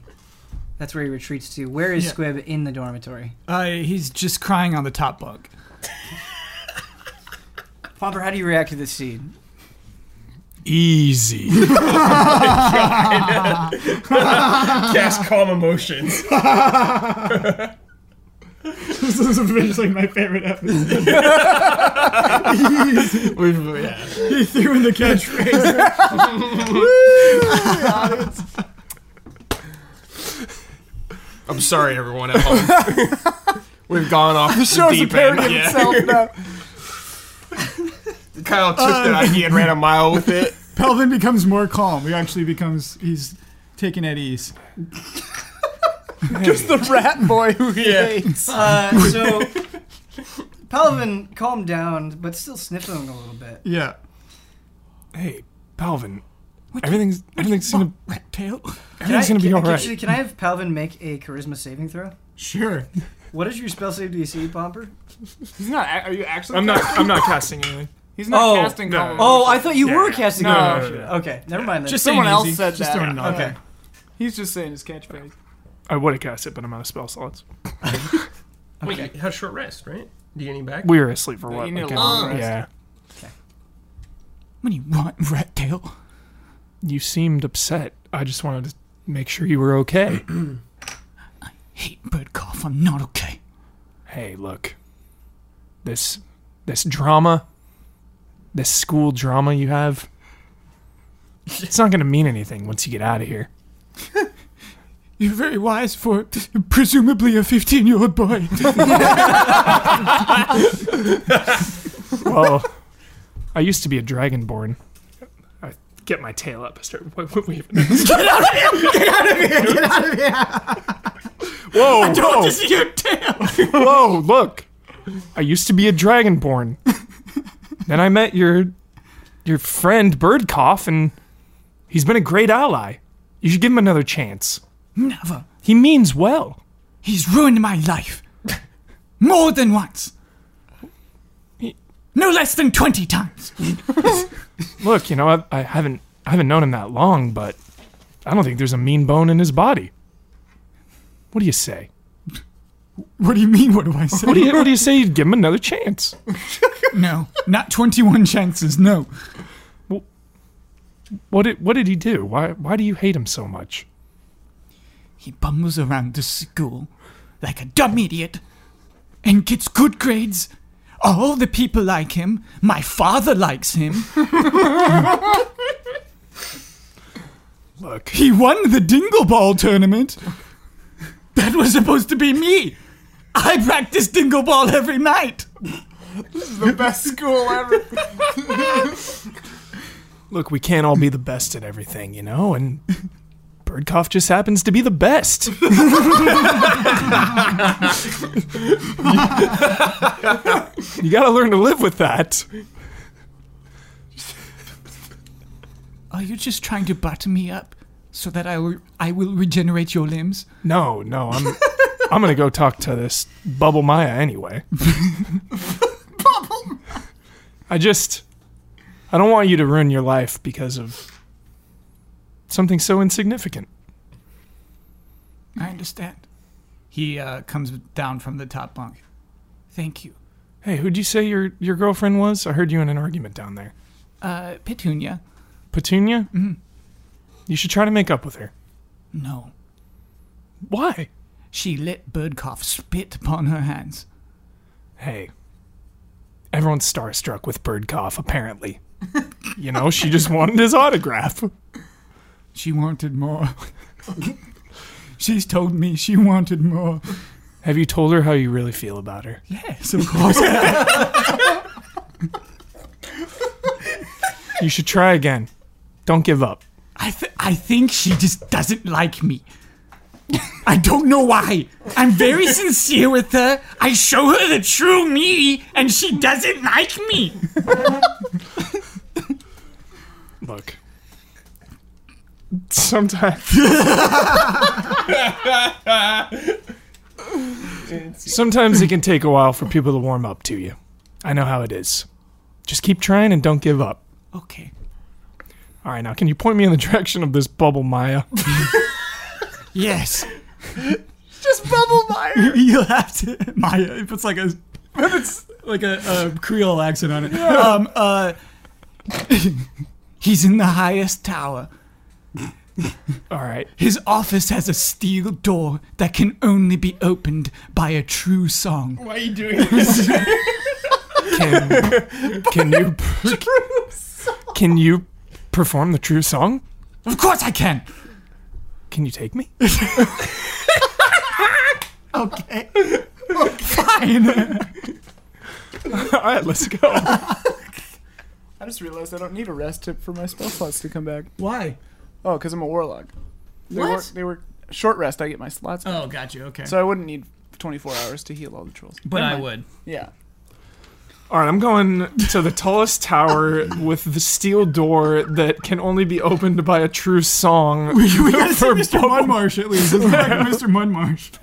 S1: That's where he retreats to. Where is
S5: Yeah.
S1: Squib in the dormitory?
S5: Uh, he's just crying on the top bunk.
S1: Pomper, how do you react to this scene?
S5: *laughs*
S2: Easy.
S3: Cast calm emotions.
S5: this is eventually my favorite episode.
S3: yeah.
S5: he threw in the catchphrase.
S3: I'm sorry, everyone at home. We've gone off the
S9: show's a
S3: deep
S9: parody
S3: end.
S9: of
S3: Yeah.
S9: itself now.
S3: Kyle took that idea and ran a mile with it.
S5: Pelvin becomes more calm. He actually becomes he's taken at ease.
S9: Just the rat boy who he
S3: Yeah.
S9: hates.
S1: Uh,
S2: *laughs*
S1: so Palvin calmed down, but still sniffling a little bit.
S5: Yeah.
S2: hey, Palvin. everything's everything's gonna tail.
S1: Can I,
S2: Everything's gonna be
S1: can-
S2: all right.
S1: actually, can I have Palvin make a charisma saving throw?
S5: Sure.
S1: What is your spell save DC, Pomper?
S4: He's not. Are you actually?
S2: I'm not. I'm not casting anything.
S4: He's not
S1: Oh,
S4: casting.
S2: no.
S4: Colin.
S1: Oh, I thought you
S3: Yeah,
S1: were
S3: yeah.
S1: casting.
S4: No,
S1: a-
S4: no,
S2: no, no.
S1: Okay, never mind then.
S5: Just
S4: Someone
S5: saying
S4: else
S5: easy.
S9: said
S5: just
S9: that.
S5: Throwing it out
S1: okay.
S5: there.
S4: He's just saying his catchphrase.
S2: I would have cast it, but I'm out of spell slots.
S3: Wait, you had short rest, right? Do you get any back?
S2: We were asleep for
S4: You
S2: what?
S4: need a
S2: like,
S4: long
S2: hour?
S4: rest.
S2: Yeah.
S5: What do you want, rat tail?
S2: You seemed upset. I just wanted to make sure you were okay.
S5: Hate bird cough. I'm not okay.
S2: hey, look. This this drama, this school drama you have, it's not going to mean anything once you get out of here.
S5: You're very wise for presumably a 15 year old boy.
S2: Well, I used to be a dragonborn. I get my tail up. I start wa- wa- waving. get out of here! Get out of here! Get out of here! Whoa!
S5: Oh.
S2: whoa.
S5: your tail.
S2: Whoa, look. I used to be a dragonborn. then I met your your friend Birdcough and he's been a great ally. You should give him another chance.
S5: Never.
S2: He means well.
S5: He's ruined my life. More than once. No less than 20 times.
S2: Look, you know, I, I haven't I haven't known him that long, but I don't think there's a mean bone in his body. What do you say?
S5: What do you mean? What do I say?
S2: What do you what do you say you'd give him another chance?
S5: No, not 21 chances. No.
S2: What did what did he do? Why why do you hate him so much?
S5: He bumbles around the school like a dumb idiot and gets good grades. All the people like him. My father likes him.
S2: Look,
S5: He won the Dingle Ball tournament. That was supposed to be me. I practice Dingle Ball every night.
S9: The
S4: *laughs*
S9: best school ever.
S2: look, we can't all be the best at everything, you know, and Birdcough just happens to be the best. *laughs* you gotta learn to live with that.
S5: Are you just trying to butter me up so that I will, I will regenerate your limbs?
S2: No, no, I'm I'm gonna go talk to this Bubble Maya anyway. Bubble I just I don't want you to ruin your life because of something so insignificant.
S5: I understand.
S6: He uh, comes down from the top bunk.
S5: Thank you.
S2: Hey, who'd you say your your girlfriend was? I heard you in an argument down there.
S5: Uh, Petunia?
S2: Petunia? Mm. You should try to make up with her.
S5: No.
S2: Why?
S5: She let Birdcough spit upon her hands.
S2: Hey. Everyone's starstruck with Birdcough, apparently. *laughs* you know, she just wanted his autograph.
S5: She wanted more. *laughs* She's told me she wanted more.
S2: Have you told her how you really feel about her?
S5: Yes, of course. *laughs*
S2: You should try again. Don't give up.
S5: I, th- I think she just doesn't like me. I don't know why. I'm very sincere with her. I show her the true me, and she doesn't like me.
S2: Look. Sometimes. Sometimes it can take a while for people to warm up to you. I know how it is. Just keep trying and don't give up.
S5: Okay.
S2: All right, now can you point me in the *laughs* direction of this bubble, Maya? *laughs*
S5: Yes. *laughs*
S6: You'll have to Maya. It puts like a it's like a, a Creole accent on it. Um, uh,
S5: *laughs* He's in the highest tower.
S2: All right.
S5: His office has a steel door that can only be opened by a true song.
S3: Why are you doing this?
S2: Can, can you *laughs* Can you perform the true song?
S5: Of course I can.
S2: Can you take me? *laughs*
S5: Okay. *laughs* Fine.
S2: All right, let's go.
S4: I just realized I don't need a rest tip for my spell slots to come back.
S6: why?
S4: Oh, because I'm a warlock. They
S6: What?
S4: Work, they were short rest. I get my slots. back.
S6: Oh, got you. Okay,
S4: So I wouldn't need 24 hours to heal all the trolls.
S6: but I would.
S4: Yeah.
S2: All right, I'm going to the tallest tower with the steel door that can only be opened by a true song.
S6: we gotta say
S2: For
S6: Mr. Mudmarsh at least. Let's go back to Mr. Mudmarsh.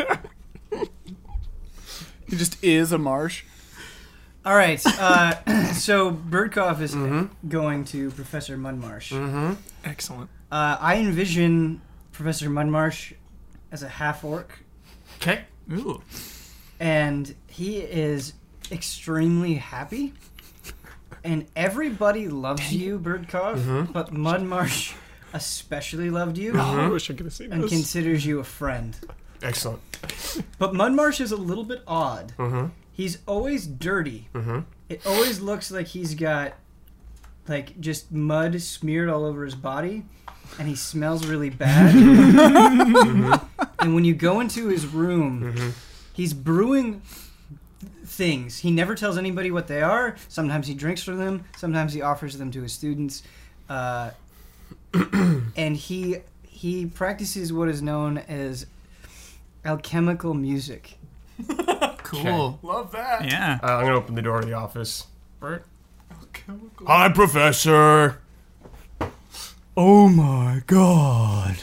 S4: He just is a marsh. *laughs*
S1: All right. Uh, *clears throat* so Birdcough is going to Professor Mudmarsh.
S2: Excellent.
S1: Uh, I envision Professor Mudmarsh as a half orc,
S6: Okay.
S2: Oh,
S6: Ooh.
S1: and he is extremely happy. And everybody loves you, Birdcough, but Mudmarsh especially loved you
S2: I wish I could have seen
S1: and
S2: this.
S1: considers you a friend.
S8: Excellent.
S1: But Mudmarsh is a little bit odd. He's always dirty. It always looks like he's got like just mud smeared all over his body, and he smells really bad. *laughs* And when you go into his room, he's brewing things. He never tells anybody what they are. Sometimes he drinks from them. Sometimes he offers them to his students. Uh, and he he practices what is known as alchemical music.
S6: Cool.
S8: Love that.
S6: Yeah.
S8: Uh, I'm gonna open the door to the office. Bert. Hi, Professor.
S10: Oh my god.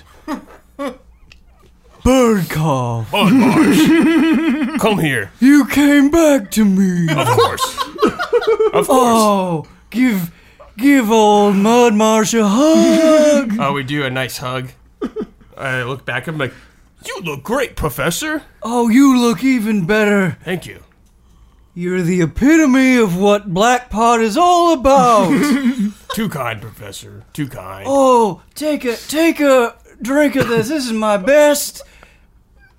S10: Bird call.
S8: Come here.
S10: You came back to me.
S8: Of course. Of course.
S10: Oh, give give old Mud Marsh a hug. *laughs*
S8: Uh, we do a nice hug. I look back. I'm like, you look great, Professor.
S10: Oh, you look even better.
S8: Thank you.
S10: You're the epitome of what Black Pot is all about.
S8: Too kind, Professor. Too kind.
S10: oh, take a take a drink of this. This is my best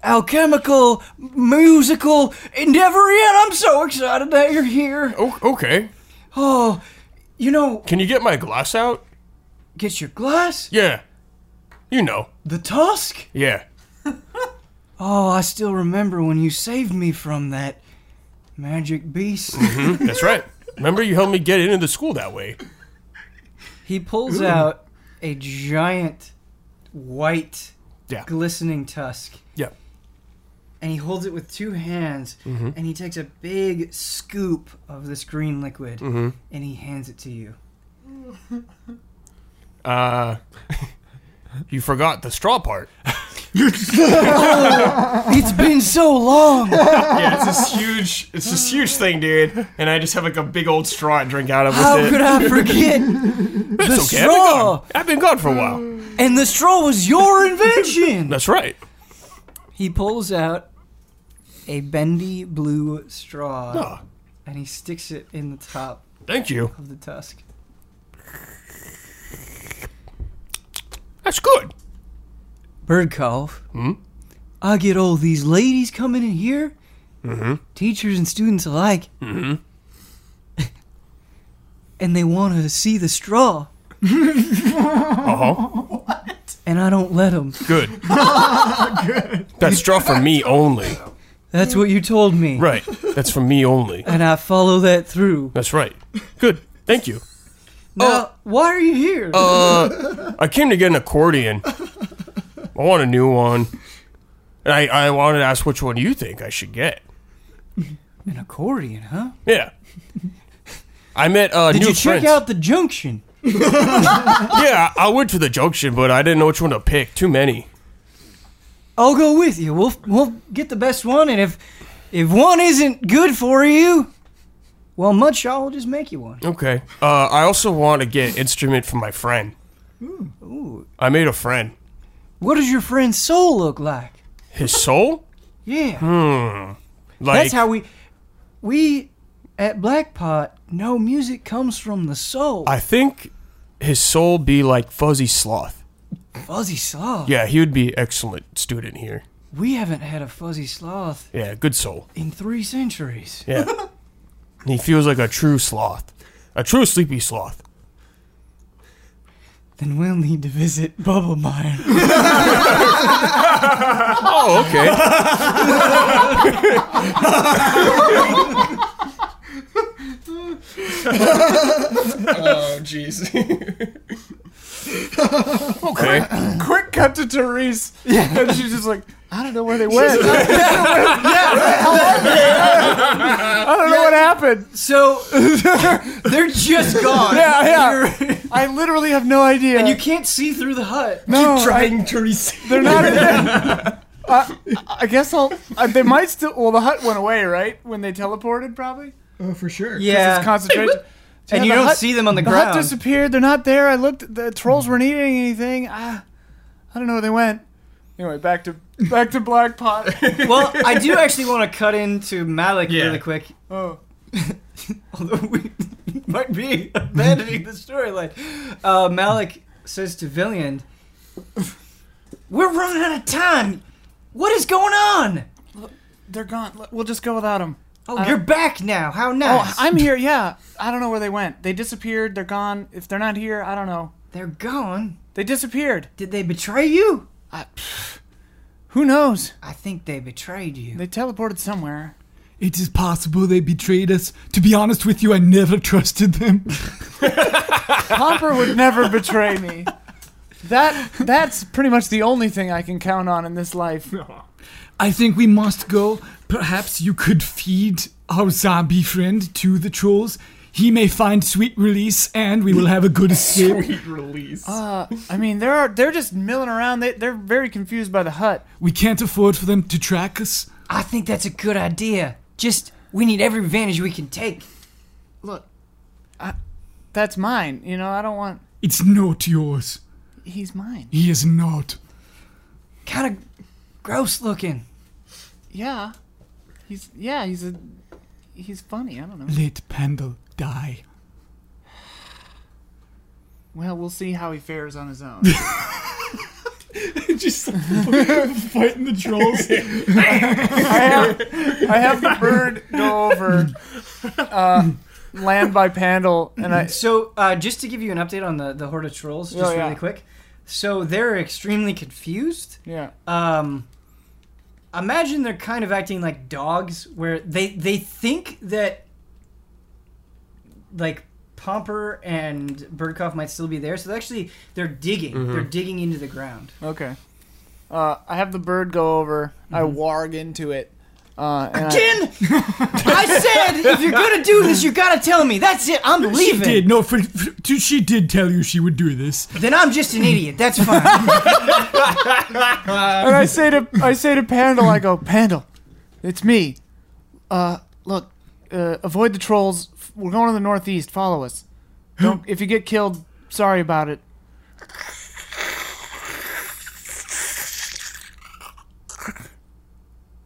S10: alchemical musical endeavor yet. I'm so excited that you're here.
S8: O- okay.
S10: Oh, you know,
S8: Can you get my glass out?
S10: get your glass.
S8: Yeah. You know.
S10: The tusk?
S8: Yeah.
S10: Oh, I still remember when you saved me from that magic beast.
S8: Hmm? That's right. Remember, you helped me get into the school that way.
S1: He pulls out a giant white
S11: Yeah.
S1: glistening tusk.
S11: Yeah.
S1: And he holds it with two hands, and he takes a big scoop of this green liquid, and he hands it to you.
S3: Uh, you forgot the straw part.
S1: It's been so long.
S3: Yeah, it's this huge, it's this huge thing, dude. And I just have like a big old straw and drink out of with
S1: How
S3: it.
S1: could *laughs* I forget?
S3: it's
S1: the
S3: I've been
S1: straw?
S3: gone. I've been gone for a while.
S1: And the straw was your invention.
S3: That's right.
S1: He pulls out a bendy blue straw
S3: Oh,
S1: and he sticks it in the top
S3: thank you.
S1: of the tusk.
S3: That's good.
S1: Birdcough.
S3: Hmm?
S1: I get all these ladies coming in here, teachers and students alike,
S3: Mm-hmm.
S1: *laughs* and they want to see the
S3: *laughs*
S1: straw,
S3: Uh huh.
S1: and I don't let them.
S3: Good. That's straw for me only.
S1: That's what you told me,
S3: Right. That's for me only.
S1: and I follow that through.
S3: That's right. Good. Thank you. Oh.
S1: Now, why are you here?
S3: I came to get an accordion. I want a new one. And I, I wanted to ask which one you think I should get.
S1: An accordion, huh?
S3: Yeah. I met uh,
S1: Did
S3: new
S1: you check
S3: friends.
S1: out the junction?
S3: yeah, I went to the junction, but I didn't know which one to pick. Too many.
S1: I'll go with you. We'll we'll get the best one, and if if one isn't good for you, well, Mudshaw will just make you one.
S3: Okay. Uh, I also want to get instrument from my friend.
S1: Hmm.
S3: I made a friend.
S1: What does your friend's soul look like?
S3: His soul? Hmm.
S1: Yeah,
S3: Like
S1: that's how we we at Blackpot know music comes from the soul.
S3: I think his soul be like Fuzzy Sloth.
S1: fuzzy sloth.
S3: Yeah, he would be excellent student here.
S1: We haven't had a fuzzy sloth
S3: Yeah, good soul.
S1: in three centuries.
S3: Yeah. he feels like a true sloth. A true sleepy sloth.
S1: Then we'll need to visit Bubble Mine.
S3: Oh, okay.
S2: Oh, jeez.
S1: *laughs*
S3: Okay.
S4: Quick cut to Therese. Yeah. And she's just like, I don't know where they went. I don't know what happened.
S1: So *laughs* they're just gone.
S4: Yeah, yeah. I literally have no idea.
S1: You can't see through the hut.
S4: no,
S2: Trying *laughs* to receive.
S4: They're not in there. *laughs* I, I guess I'll. I, they might still. Well, the hut went away, right? When they teleported, probably. 'Cause
S12: Oh, for sure.
S1: Yeah.
S4: It's concentration. Yeah,
S1: and you
S4: the
S1: don't
S4: hut-
S1: see them on the,
S4: The
S1: ground.
S4: hut disappeared. They're not there. I looked. The trolls weren't eating anything. Ah, I don't know where they went. Anyway, back to back to Black Pot.
S1: well, I do actually want to cut into Malik
S2: Yeah.
S1: really quick. *laughs*
S4: Oh.
S1: Although we might be abandoning the storyline. Uh, Malik says to Villian, We're running out of time. What is going on?
S4: They're gone. L- We'll just go without them.
S1: Oh,
S4: Uh,
S1: you're back now. How
S4: Oh,
S1: nice.
S4: I'm here. Yeah, I don't know where they went. They disappeared. They're gone. If they're not here, I don't know.
S1: They're gone.
S4: They disappeared.
S1: Did they betray you?
S4: I, pff, who knows?
S1: I think they betrayed you.
S4: They teleported somewhere.
S5: It is possible they betrayed us. To be honest with you, I never trusted them.
S4: Pomper would never betray me. That that's pretty much the only thing I can count on in this life.
S5: I think we must go. Perhaps you could feed our zombie friend to the trolls. He may find sweet release and we will have a good escape.
S2: release.
S4: Uh, I mean, they're they're just milling around. They they're very confused by the hut.
S5: We can't afford for them to track us.
S1: I think that's a good idea. Just, we need every advantage we can take.
S4: Look, I, that's mine. You know, I don't want.
S5: It's not yours.
S4: He's mine.
S5: He is not.
S1: Kind of gross looking.
S4: Yeah, he's yeah he's a he's funny. I don't know.
S5: Let Pandal die.
S4: Well, we'll see how he fares on his own.
S6: *laughs*
S5: Just fighting the trolls.
S4: I have, I have the bird go over, uh, land by Pandal, and I
S1: So, uh, just to give you an update on the, the horde of trolls, just
S4: Oh, yeah.
S1: really quick. So, they're extremely confused.
S4: yeah.
S1: Um, imagine they're kind of acting like dogs, where they, they think that, like, Pomper
S4: Mm-hmm.
S1: and Birdcough might still be there. So, they actually, they're digging. They're digging into the ground.
S4: Okay. Uh, I have the bird go over. I warg into it. Uh, and I-
S1: Ken, I said if you're gonna do this, you gotta tell me. That's it. I'm
S6: She
S1: leaving.
S6: did. No, for, for, she did tell you she would do this.
S1: Then I'm just an idiot. That's
S4: *laughs*
S1: fine.
S4: and I say to I say to Pandal, I go, Pandal, it's me. Uh, look, uh, avoid the trolls. F- We're going to the northeast. Follow *gasps* us. Don't, if you get killed, sorry about it.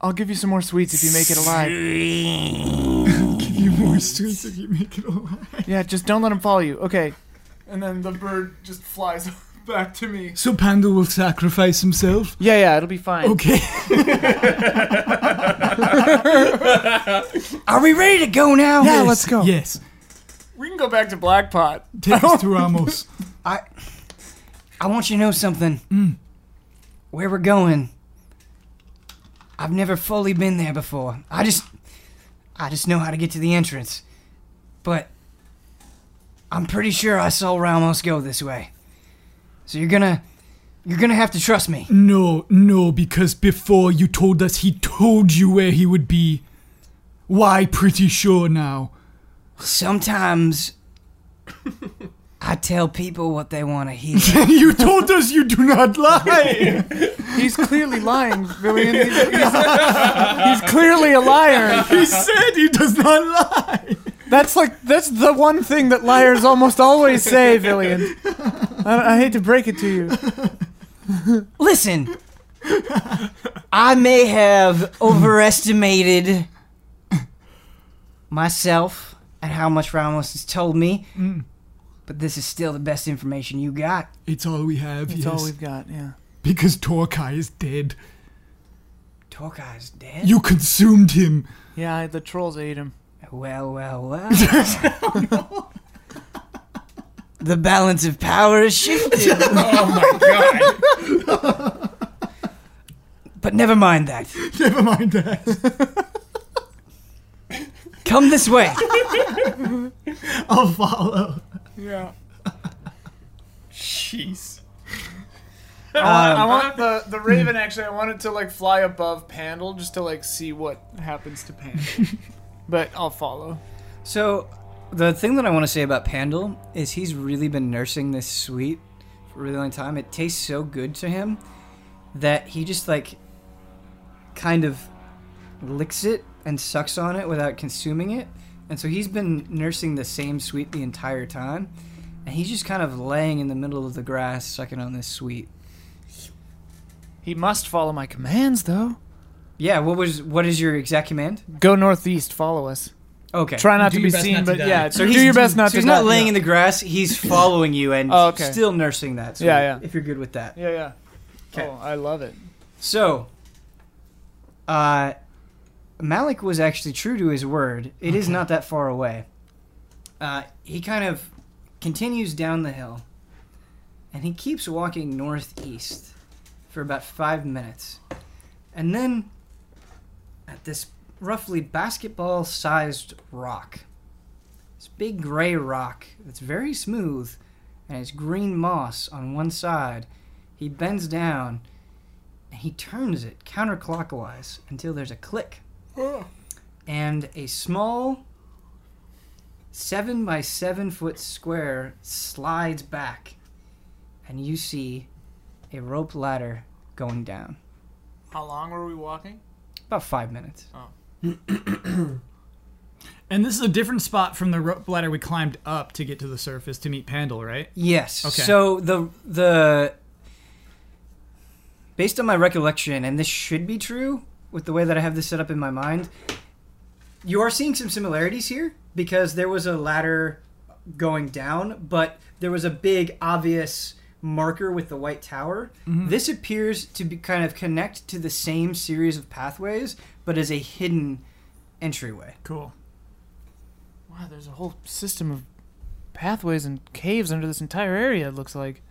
S4: I'll give you some more sweets if you make it alive.
S6: You more sweets if you make it alive.
S4: Yeah, just don't let him follow you. Okay. And then the bird just flies *laughs* back to me.
S6: So Pandal will sacrifice himself.
S4: Yeah, yeah, it'll be fine.
S6: Okay.
S1: Are we ready to go now?
S4: Yeah, let's go.
S6: Yes.
S4: We can go back to Blackpot.
S6: Take us
S4: *laughs*
S6: to Ramos.
S1: I want you to know something. Where we're going, I've never fully been there before. I just, I just know how to get to the entrance, but I'm pretty sure I saw Ramos go this way. So you're gonna, you're gonna have to trust me.
S6: No, no, because before you told us he told you where he would be. Why pretty sure now? *laughs*
S1: Sometimes I tell people what they want to hear.
S6: you told us you do not
S4: *laughs*
S6: lie.
S4: He's clearly lying, Villian. He's, he's- he's clearly a liar.
S6: he said he does not lie.
S4: That's like that's the one thing that liars almost always say, Villian. I, I hate to break it to you.
S1: Listen, I may have overestimated myself and how much Ramos has told me, but this is still the best information you got.
S6: It's all we have,
S4: That's
S6: yes.
S4: all we've got. Yeah.
S6: Because Torkai is dead.
S1: Torkai's dead?
S6: You consumed him.
S4: Yeah, I- the trolls ate him.
S1: well, well, well. *laughs* the balance of power has shifted.
S3: *laughs* Oh my god.
S1: But never mind that.
S6: *laughs* Never mind that.
S1: Come this way.
S6: I'll follow.
S4: Yeah.
S3: Jeez.
S4: I want the the raven. Actually, I want it to like fly above Pandal just to like see what happens to *laughs* Pandal. but I'll follow.
S1: So, the thing that I want to say about Pandal is he's really been nursing this sweet for a really long time. It tastes so good to him that he just like kind of licks it and sucks on it without consuming it. And so he's been nursing the same sweet the entire time. And he's just kind of laying in the middle of the grass sucking on this sweet.
S4: He must follow my commands, though.
S1: Yeah, what was what is your exact command?
S4: Go northeast. Follow us.
S1: Okay.
S4: Try not
S6: Do
S4: to
S6: your
S4: be
S6: best
S4: seen,
S6: not to
S4: but
S6: die.
S4: yeah.
S1: So
S4: do
S1: he's-
S4: your best not
S1: so
S4: to.
S1: he's not
S4: die.
S1: laying
S4: yeah.
S1: in the grass. He's following you and
S4: Oh, okay.
S1: still nursing that. Sweet,
S4: Yeah, yeah.
S1: If you're good with that.
S4: Yeah, yeah.
S1: 'Kay.
S4: Oh, I love it.
S1: So, uh, Malik was actually true to his word. It is not that far away. Uh, he kind of continues down the hill, and he keeps walking northeast for about five minutes, and then at this roughly basketball-sized rock, this big gray rock that's very smooth and has green moss on one side, he bends down and he turns it counterclockwise until there's a click. And a small seven by seven foot square slides back, and you see a rope ladder going down.
S4: How long were we walking?
S1: About five minutes.
S6: And this is a different spot from the rope ladder we climbed up to get to the surface to meet Pandal, right?
S1: Yes.
S6: Okay.
S1: So the the based on my recollection, and this should be true with the way that I have this set up in my mind, you are seeing some similarities here because there was a ladder going down, but there was a big obvious marker with the white tower. This appears to be kind of connect to the same series of pathways, but as a hidden entryway.
S6: Cool.
S4: Wow, there's a whole system of pathways and caves under this entire area. It looks like.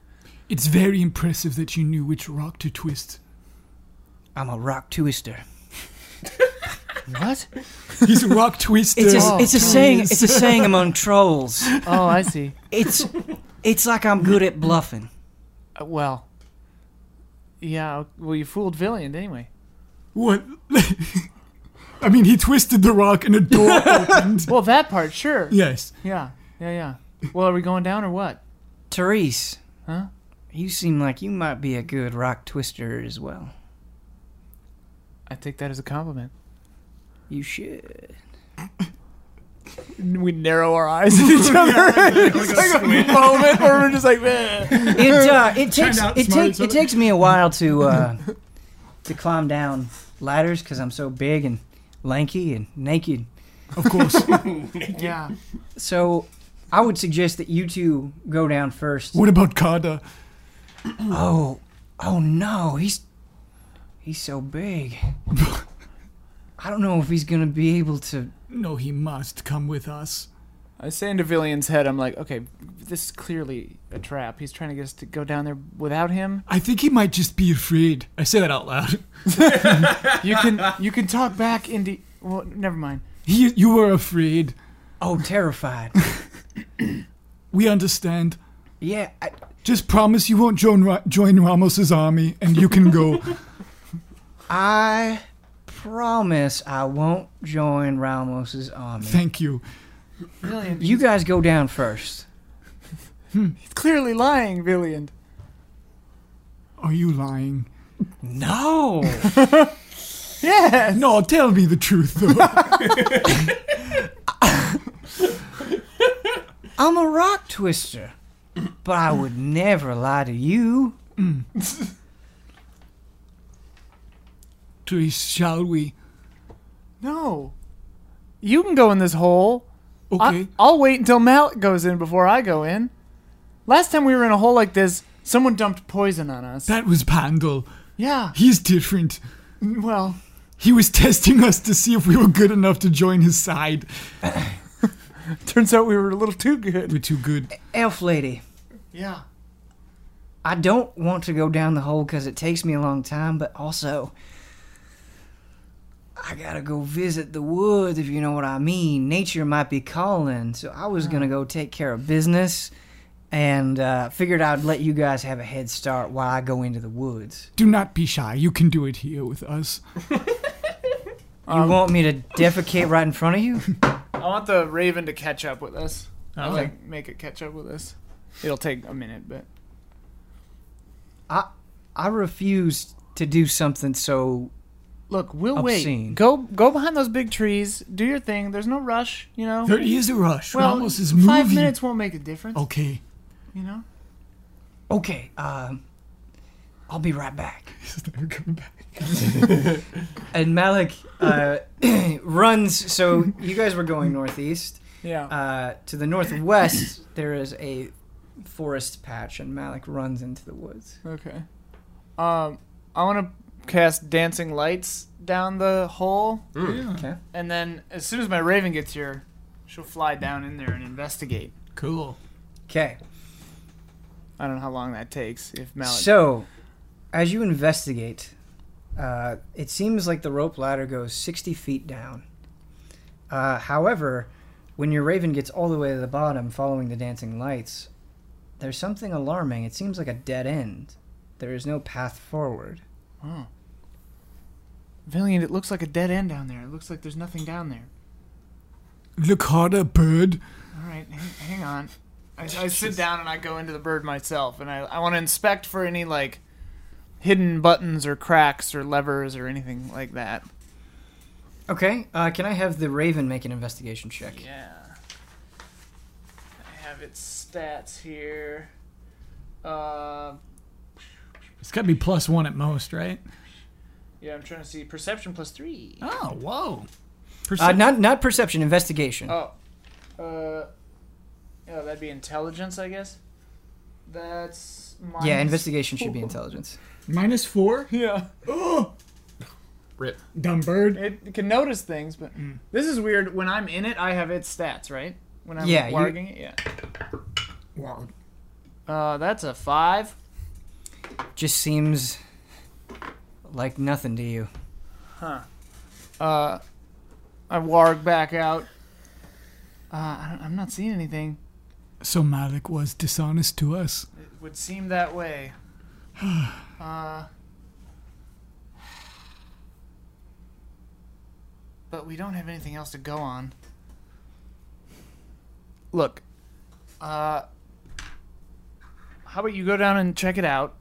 S6: It's very impressive that you knew which rock to *laughs* twist.
S1: I'm a rock twister.
S4: What?
S6: He's a rock twister.
S1: It's a,
S4: Oh,
S1: it's a saying. It's a saying among trolls.
S4: *laughs* oh, I see.
S1: It's it's like I'm good at bluffing.
S4: Uh, well, Yeah, well, you fooled Villian anyway.
S5: What? *laughs* I mean, he twisted the rock and
S6: *laughs*
S5: a door opened.
S4: Well, that part, sure.
S5: Yes.
S4: Yeah, yeah, yeah. Well, are we going down or what?
S1: Therese.
S4: Huh?
S1: You seem like you might be a good rock twister as well.
S4: I take that as a compliment.
S1: You should.
S4: We narrow our eyes at each other. it's like a moment where we're just like, man.
S1: It uh, it takes
S5: to
S1: it
S5: outsmart
S1: takes
S5: each
S1: it
S5: other.
S1: takes me a while to uh, to climb down ladders because I'm so big and lanky and naked.
S5: Of course.
S4: Yeah.
S1: So I would suggest that you two go down first.
S5: what about Kada?
S1: Oh, oh no, he's he's so *laughs* big. I don't know if he's gonna be able to.
S5: No, he must come with us.
S4: I say into Villian's head, I'm like, okay, this is clearly a trap. He's trying to get us to go down there without him.
S5: I think he might just be afraid. I say that out loud. *laughs*
S4: You can you can talk back into. Well, never mind.
S5: He, you were afraid.
S1: Oh, terrified.
S5: We understand.
S1: Yeah, I,
S5: Just promise you won't join, Ra- join Ramos's army and you
S6: *laughs*
S5: can go.
S1: I promise I won't join Ramos's army.
S5: Thank you.
S4: Villian,
S1: You guys go down first.
S4: he's clearly lying, Villian.
S5: Are you lying?
S1: No.
S4: Yeah.
S5: No, tell me the truth, though.
S1: *laughs*
S6: *laughs*
S1: I'm a rock twister, but I would never lie to you.
S5: Therese, shall we?
S4: No. You can go in this hole.
S5: Okay.
S4: I, I'll wait until Malik goes in before I go in. Last time we were in a hole like this, someone dumped poison on us.
S5: that was Pandal.
S4: yeah.
S5: He's different.
S4: Well, *laughs*
S5: He was testing us to see if we were good enough to join his side.
S4: turns out we were a little too good.
S5: We're too good.
S1: Elf lady,
S4: Yeah.
S1: I don't want to go down the hole because it takes me a long time, but also, I gotta go visit the woods, if you know what I mean. Nature might be calling, so I was gonna go take care of business and uh, figured I'd let you guys have a head start while I go into the woods.
S5: Do not be shy. You can do it here with us.
S1: You want me to defecate right in front of you?
S4: I want the Raven to catch up with us.
S6: Oh.
S4: Like, make it catch up with us. It'll take a minute, but.
S1: I refuse to do something so
S4: Look, we'll
S1: Obscene.
S4: wait. Go go behind those big trees. Do your thing. There's no rush, you know.
S5: There is a rush.
S4: well,
S5: Ramos is moving. Oh.
S4: five minutes won't make a difference,
S6: *laughs*
S5: Okay.
S4: you know.
S1: Okay, um, I'll be right back. and Malik uh, *coughs* runs. So you guys were going northeast.
S4: Yeah.
S1: Uh, to the northwest, there is a forest patch, and Malik runs into the woods.
S4: Okay. Um, I want to cast dancing lights down the hole,
S1: Okay.
S4: and then as soon as my raven gets here, she'll fly down in there and investigate.
S5: Cool.
S1: Okay.
S4: I don't know how long that takes. If Malik,
S1: So, as you investigate, uh, it seems like the rope ladder goes 60 feet down. Uh, however, when your raven gets all the way to the bottom following the dancing lights, there's something alarming. It seems like a dead end. There is no path forward.
S4: Villian, it looks like a dead end down there. It looks like there's nothing down there.
S5: Look harder, bird.
S4: All right, hang, hang on. I, I sit down and I go into the bird myself, and I, I want to inspect for any like hidden buttons or cracks or levers or anything like that.
S1: Okay, uh, can I have the raven make an investigation check?
S4: Yeah. I have its stats here. Uh,
S6: It's got to be plus one at most, right?
S4: yeah, I'm trying to see perception plus three.
S6: Oh, whoa.
S1: Uh, not not perception, investigation.
S4: Oh, uh, oh, that'd be intelligence, I guess. That's minus
S1: yeah, investigation should be intelligence.
S6: Minus four? *gasps*
S4: Yeah,
S6: Dumb bird.
S4: it it can notice things, but
S1: Hmm.
S4: this is weird. When I'm in it, I have its stats, right? When I'm
S1: Yeah, you-
S4: warging it, yeah. Uh, that's a five.
S1: Just seems like nothing to you.
S4: Uh, I warg back out. Uh, I don't, I'm not seeing anything.
S5: So Malik was dishonest to us.
S4: Would seem that way. *sighs* Uh, but we don't have anything else to go on. Look, uh, how about you go down and check it out?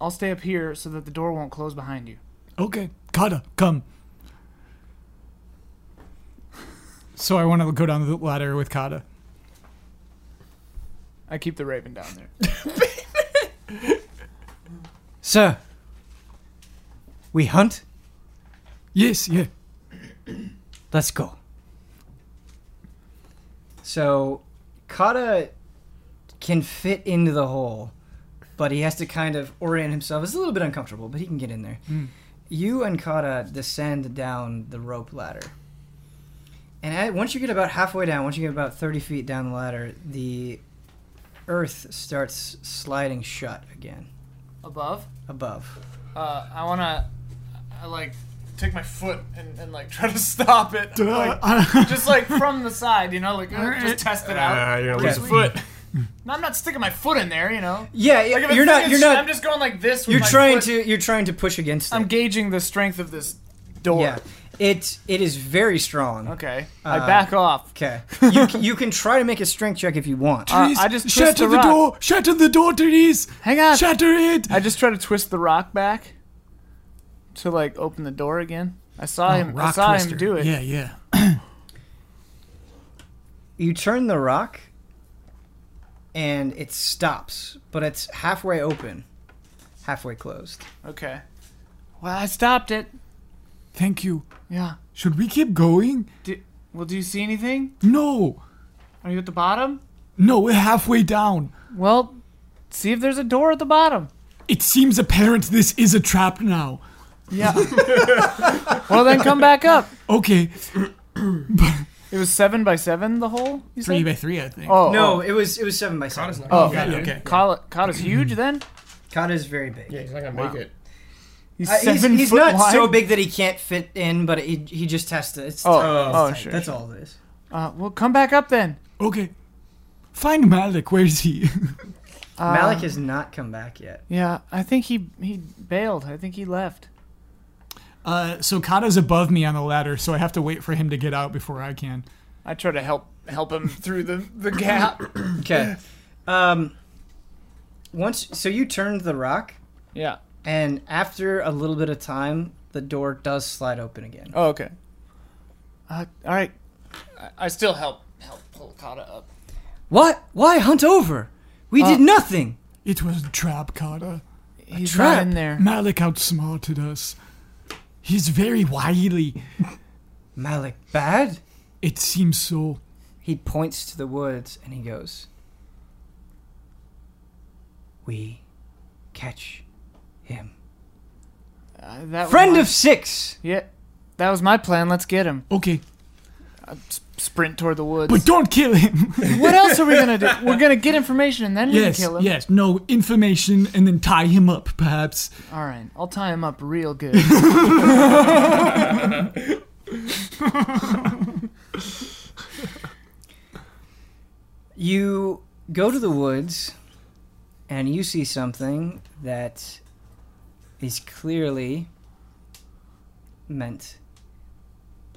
S4: I'll stay up here so that the door won't close behind you.
S5: Okay, Kata, come. So I want to go down the ladder with Kata.
S4: I keep the raven down *laughs* there.
S1: Sir, we hunt?
S5: Yes, yeah.
S1: Let's go. So, Kata can fit into the hole, but he has to kind of orient himself. It's a little bit uncomfortable, but he can get in there. You and Kata descend down the rope ladder. And at, once you get about halfway down, once you get about 30 feet down the ladder, the earth starts sliding shut again
S4: Above?
S1: above.
S4: Uh, I wanna, I like take my foot and, and like *laughs* try to stop it, like,
S1: *laughs*
S4: just like from the side, you know, like uh, just test it out.
S8: Uh, you're gonna lose a foot.
S4: No, I'm not sticking my foot in there, you know.
S1: Yeah,
S4: Like, if
S1: you're
S4: it's-
S1: not.
S4: it's-
S1: You're not.
S4: I'm just going like this. With
S1: you're
S4: my
S1: trying
S4: foot.
S1: to. You're trying to push against. it.
S4: I'm gauging the strength of this door.
S1: Yeah, it it is very strong.
S4: Okay.
S1: Uh,
S4: I back off.
S1: Okay, you c- you can try to make a strength check if you want.
S4: Uh, I just twist
S5: shatter
S4: the
S5: the,
S4: rock.
S5: door! Shatter the door, Therese!
S4: Hang on.
S5: Shatter it!
S4: *laughs* I just try to twist the rock back to like open the door again. I
S1: Oh,
S4: saw him. I
S5: rock
S4: saw
S5: twister.
S4: him do it.
S5: Yeah, yeah.
S1: You turn the rock, and it stops, but it's halfway open, halfway closed.
S4: Okay. Well, I stopped it.
S5: Thank you.
S4: Yeah.
S5: Should we keep going?
S4: Do, well, do you see anything?
S5: No!
S4: Are you at the bottom?
S5: No, we're halfway down.
S4: Well, see if there's a door at the bottom.
S5: It seems apparent this is a trap now.
S4: Yeah. *laughs* well, then come back up.
S5: Okay.
S4: It was seven by seven. The hole. You said?
S5: Three by three, I think.
S4: Oh
S1: No, it was it was seven by seven.
S3: Kata's not
S4: Oh,
S3: gonna
S4: okay.
S3: make it.
S5: okay.
S4: Cod, cod is huge
S1: Mm-hmm.
S4: then?
S1: Kata is very big.
S3: Yeah, he's not gonna make it.
S4: He's,
S1: Uh, he's
S4: seven
S1: he's
S4: foot
S1: not
S4: wide?
S1: so big that he can't fit in, but he, he just has to. It's
S4: Oh,
S1: tight.
S4: oh,
S1: It's tight.
S4: sure,
S1: That's all it is.
S4: Uh, well, come back up then.
S5: Okay. Find Malik. Where is he? *laughs*
S4: Uh,
S1: Malik has not come back yet.
S4: Yeah, I think he he bailed. I think he left.
S5: Uh, so Kata's above me on the ladder, so I have to wait for him to get out before I can.
S4: I try to help help him through the the gap.
S1: *coughs* Okay. Um, once so you turned the rock,
S4: *laughs* yeah.
S1: and after a little bit of time, the door does slide open again.
S4: Oh, okay. Uh, all right. I, I still help help pull Kata up.
S1: What? Why hunt over? We did nothing.
S5: It was a trap, Kata.
S4: He's
S1: trap.
S4: not in there.
S5: Malik outsmarted us. He's very wily.
S1: Malik, bad.
S5: It seems so.
S1: He points to the woods and he goes, "We catch him."
S4: Uh, that was
S1: Friend
S4: my-
S1: of six.
S4: yeah. That was my plan. Let's get him.
S5: Okay,
S4: uh, S- sprint toward the woods.
S5: but don't
S4: *laughs*
S5: kill him.
S4: what else are we gonna do? We're gonna get information and then we can
S5: yes,
S4: kill him.
S5: yes. No information, and then tie him up, perhaps.
S4: All right, I'll tie him up real
S5: *laughs*
S4: good.
S1: You go to the woods and you see something that is clearly meant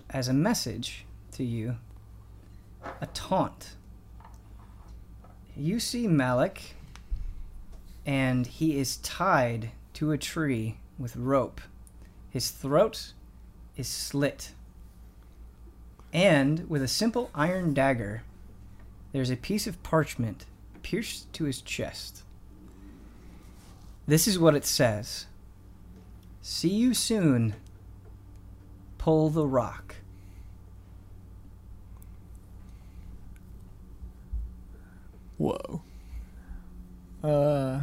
S1: as a message to you a taunt. You see Malik, and he is tied to a tree with rope. His throat is slit. And with a simple iron dagger, there's a piece of parchment pierced to his chest. This is what it says See you soon. Pull the rock.
S4: Whoa. Uh.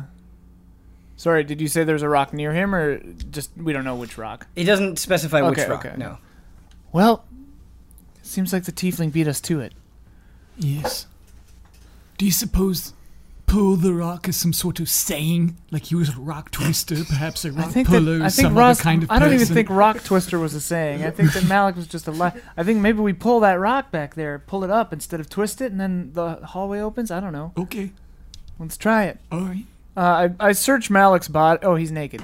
S4: Sorry, did you say there's a rock near him, or just we don't know which rock?
S1: It doesn't specify which
S4: Okay,
S1: rock.
S4: okay.
S1: No.
S4: Well, seems like the tiefling beat us to it.
S5: Yes. Do you suppose pull the rock is some sort of saying? Like he was a rock twister, perhaps a rock
S4: I think that
S5: puller,
S4: I
S5: some
S4: think Ross.
S5: other kind of
S4: I don't even
S5: person?
S4: think Rock Twister was a saying. I think
S5: *laughs*
S4: that Malik was just a lie. I think maybe we pull that rock back there, pull it up instead of twist it, and then the hallway opens. I don't know.
S5: Okay,
S4: Let's try it.
S5: all right.
S4: Uh, I I search Malik's body. Oh, he's naked.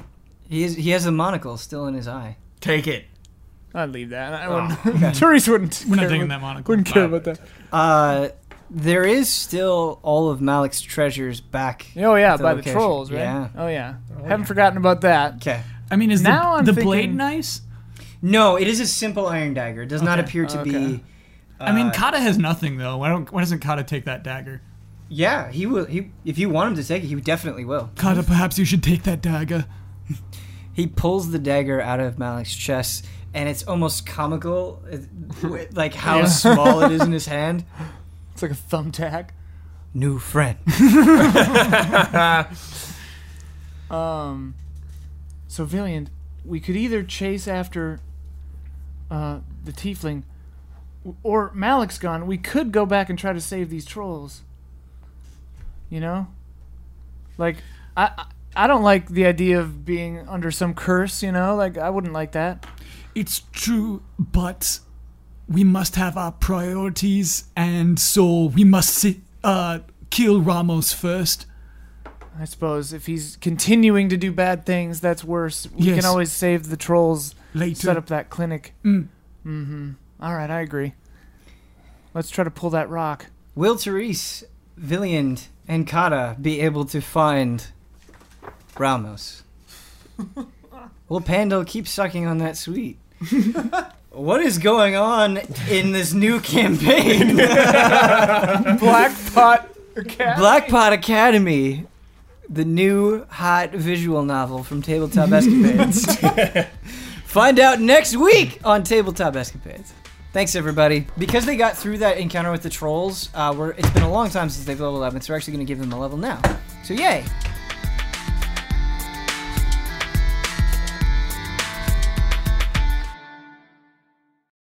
S1: He, is, he has a monocle still in his eye.
S3: Take it.
S4: I'd leave that. I
S1: Oh,
S4: wouldn't. *laughs* Therese wouldn't.
S6: We're not
S4: care
S6: taking
S4: about-
S6: that monocle.
S4: Wouldn't care
S6: Bye.
S4: about that.
S1: Uh, there is still all of Malik's treasures back.
S4: Oh yeah,
S1: The
S4: by the
S1: location.
S4: trolls, right?
S1: Yeah.
S4: Oh yeah. Haven't forgotten about that.
S1: Okay.
S6: I mean, is
S4: Now I'm
S6: the, the blade
S4: thinking-
S6: nice?
S1: No, it is a simple iron dagger. It does not
S6: Okay.
S1: appear to
S4: Okay.
S1: be.
S6: I mean,
S1: uh,
S6: Kata has nothing though. Why don't? Why doesn't Kata take that dagger?
S1: yeah, he will. He if you want him to take it, he definitely will.
S5: Kata, perhaps you should take that dagger.
S1: He pulls the dagger out of Malik's chest, and it's almost comical, uh, w- like how small it is in his hand.
S4: It's like a thumbtack.
S1: New friend.
S4: Um, so Villian, we could either chase after uh, the tiefling, w- or Malik's gone. We could go back and try to save these trolls. You know, like I. I I don't like the idea of being under some curse, you know? Like, I wouldn't like that.
S5: It's true, but we must have our priorities, and so we must si- uh, kill Ramos first.
S4: I suppose if he's continuing to do bad things, that's worse. We
S5: Yes.
S4: can always save the trolls
S5: Later.
S4: set up that clinic.
S5: Mm.
S4: hmm All right, I agree. Let's try to pull that rock.
S1: will Therese, Villiand, and Kata be able to find Ramos? Will Pando keep sucking on that sweet? *laughs* what is going on in this new campaign?
S4: *laughs* Black pot.
S1: Blackpot Academy, the new hot visual novel from Tabletop Escapades. Find out next week on Tabletop Escapades. Thanks everybody. Because they got through that encounter with the trolls, uh, we're, it's been a long time since they've leveled up, and so we're actually going to give them a level now. So yay!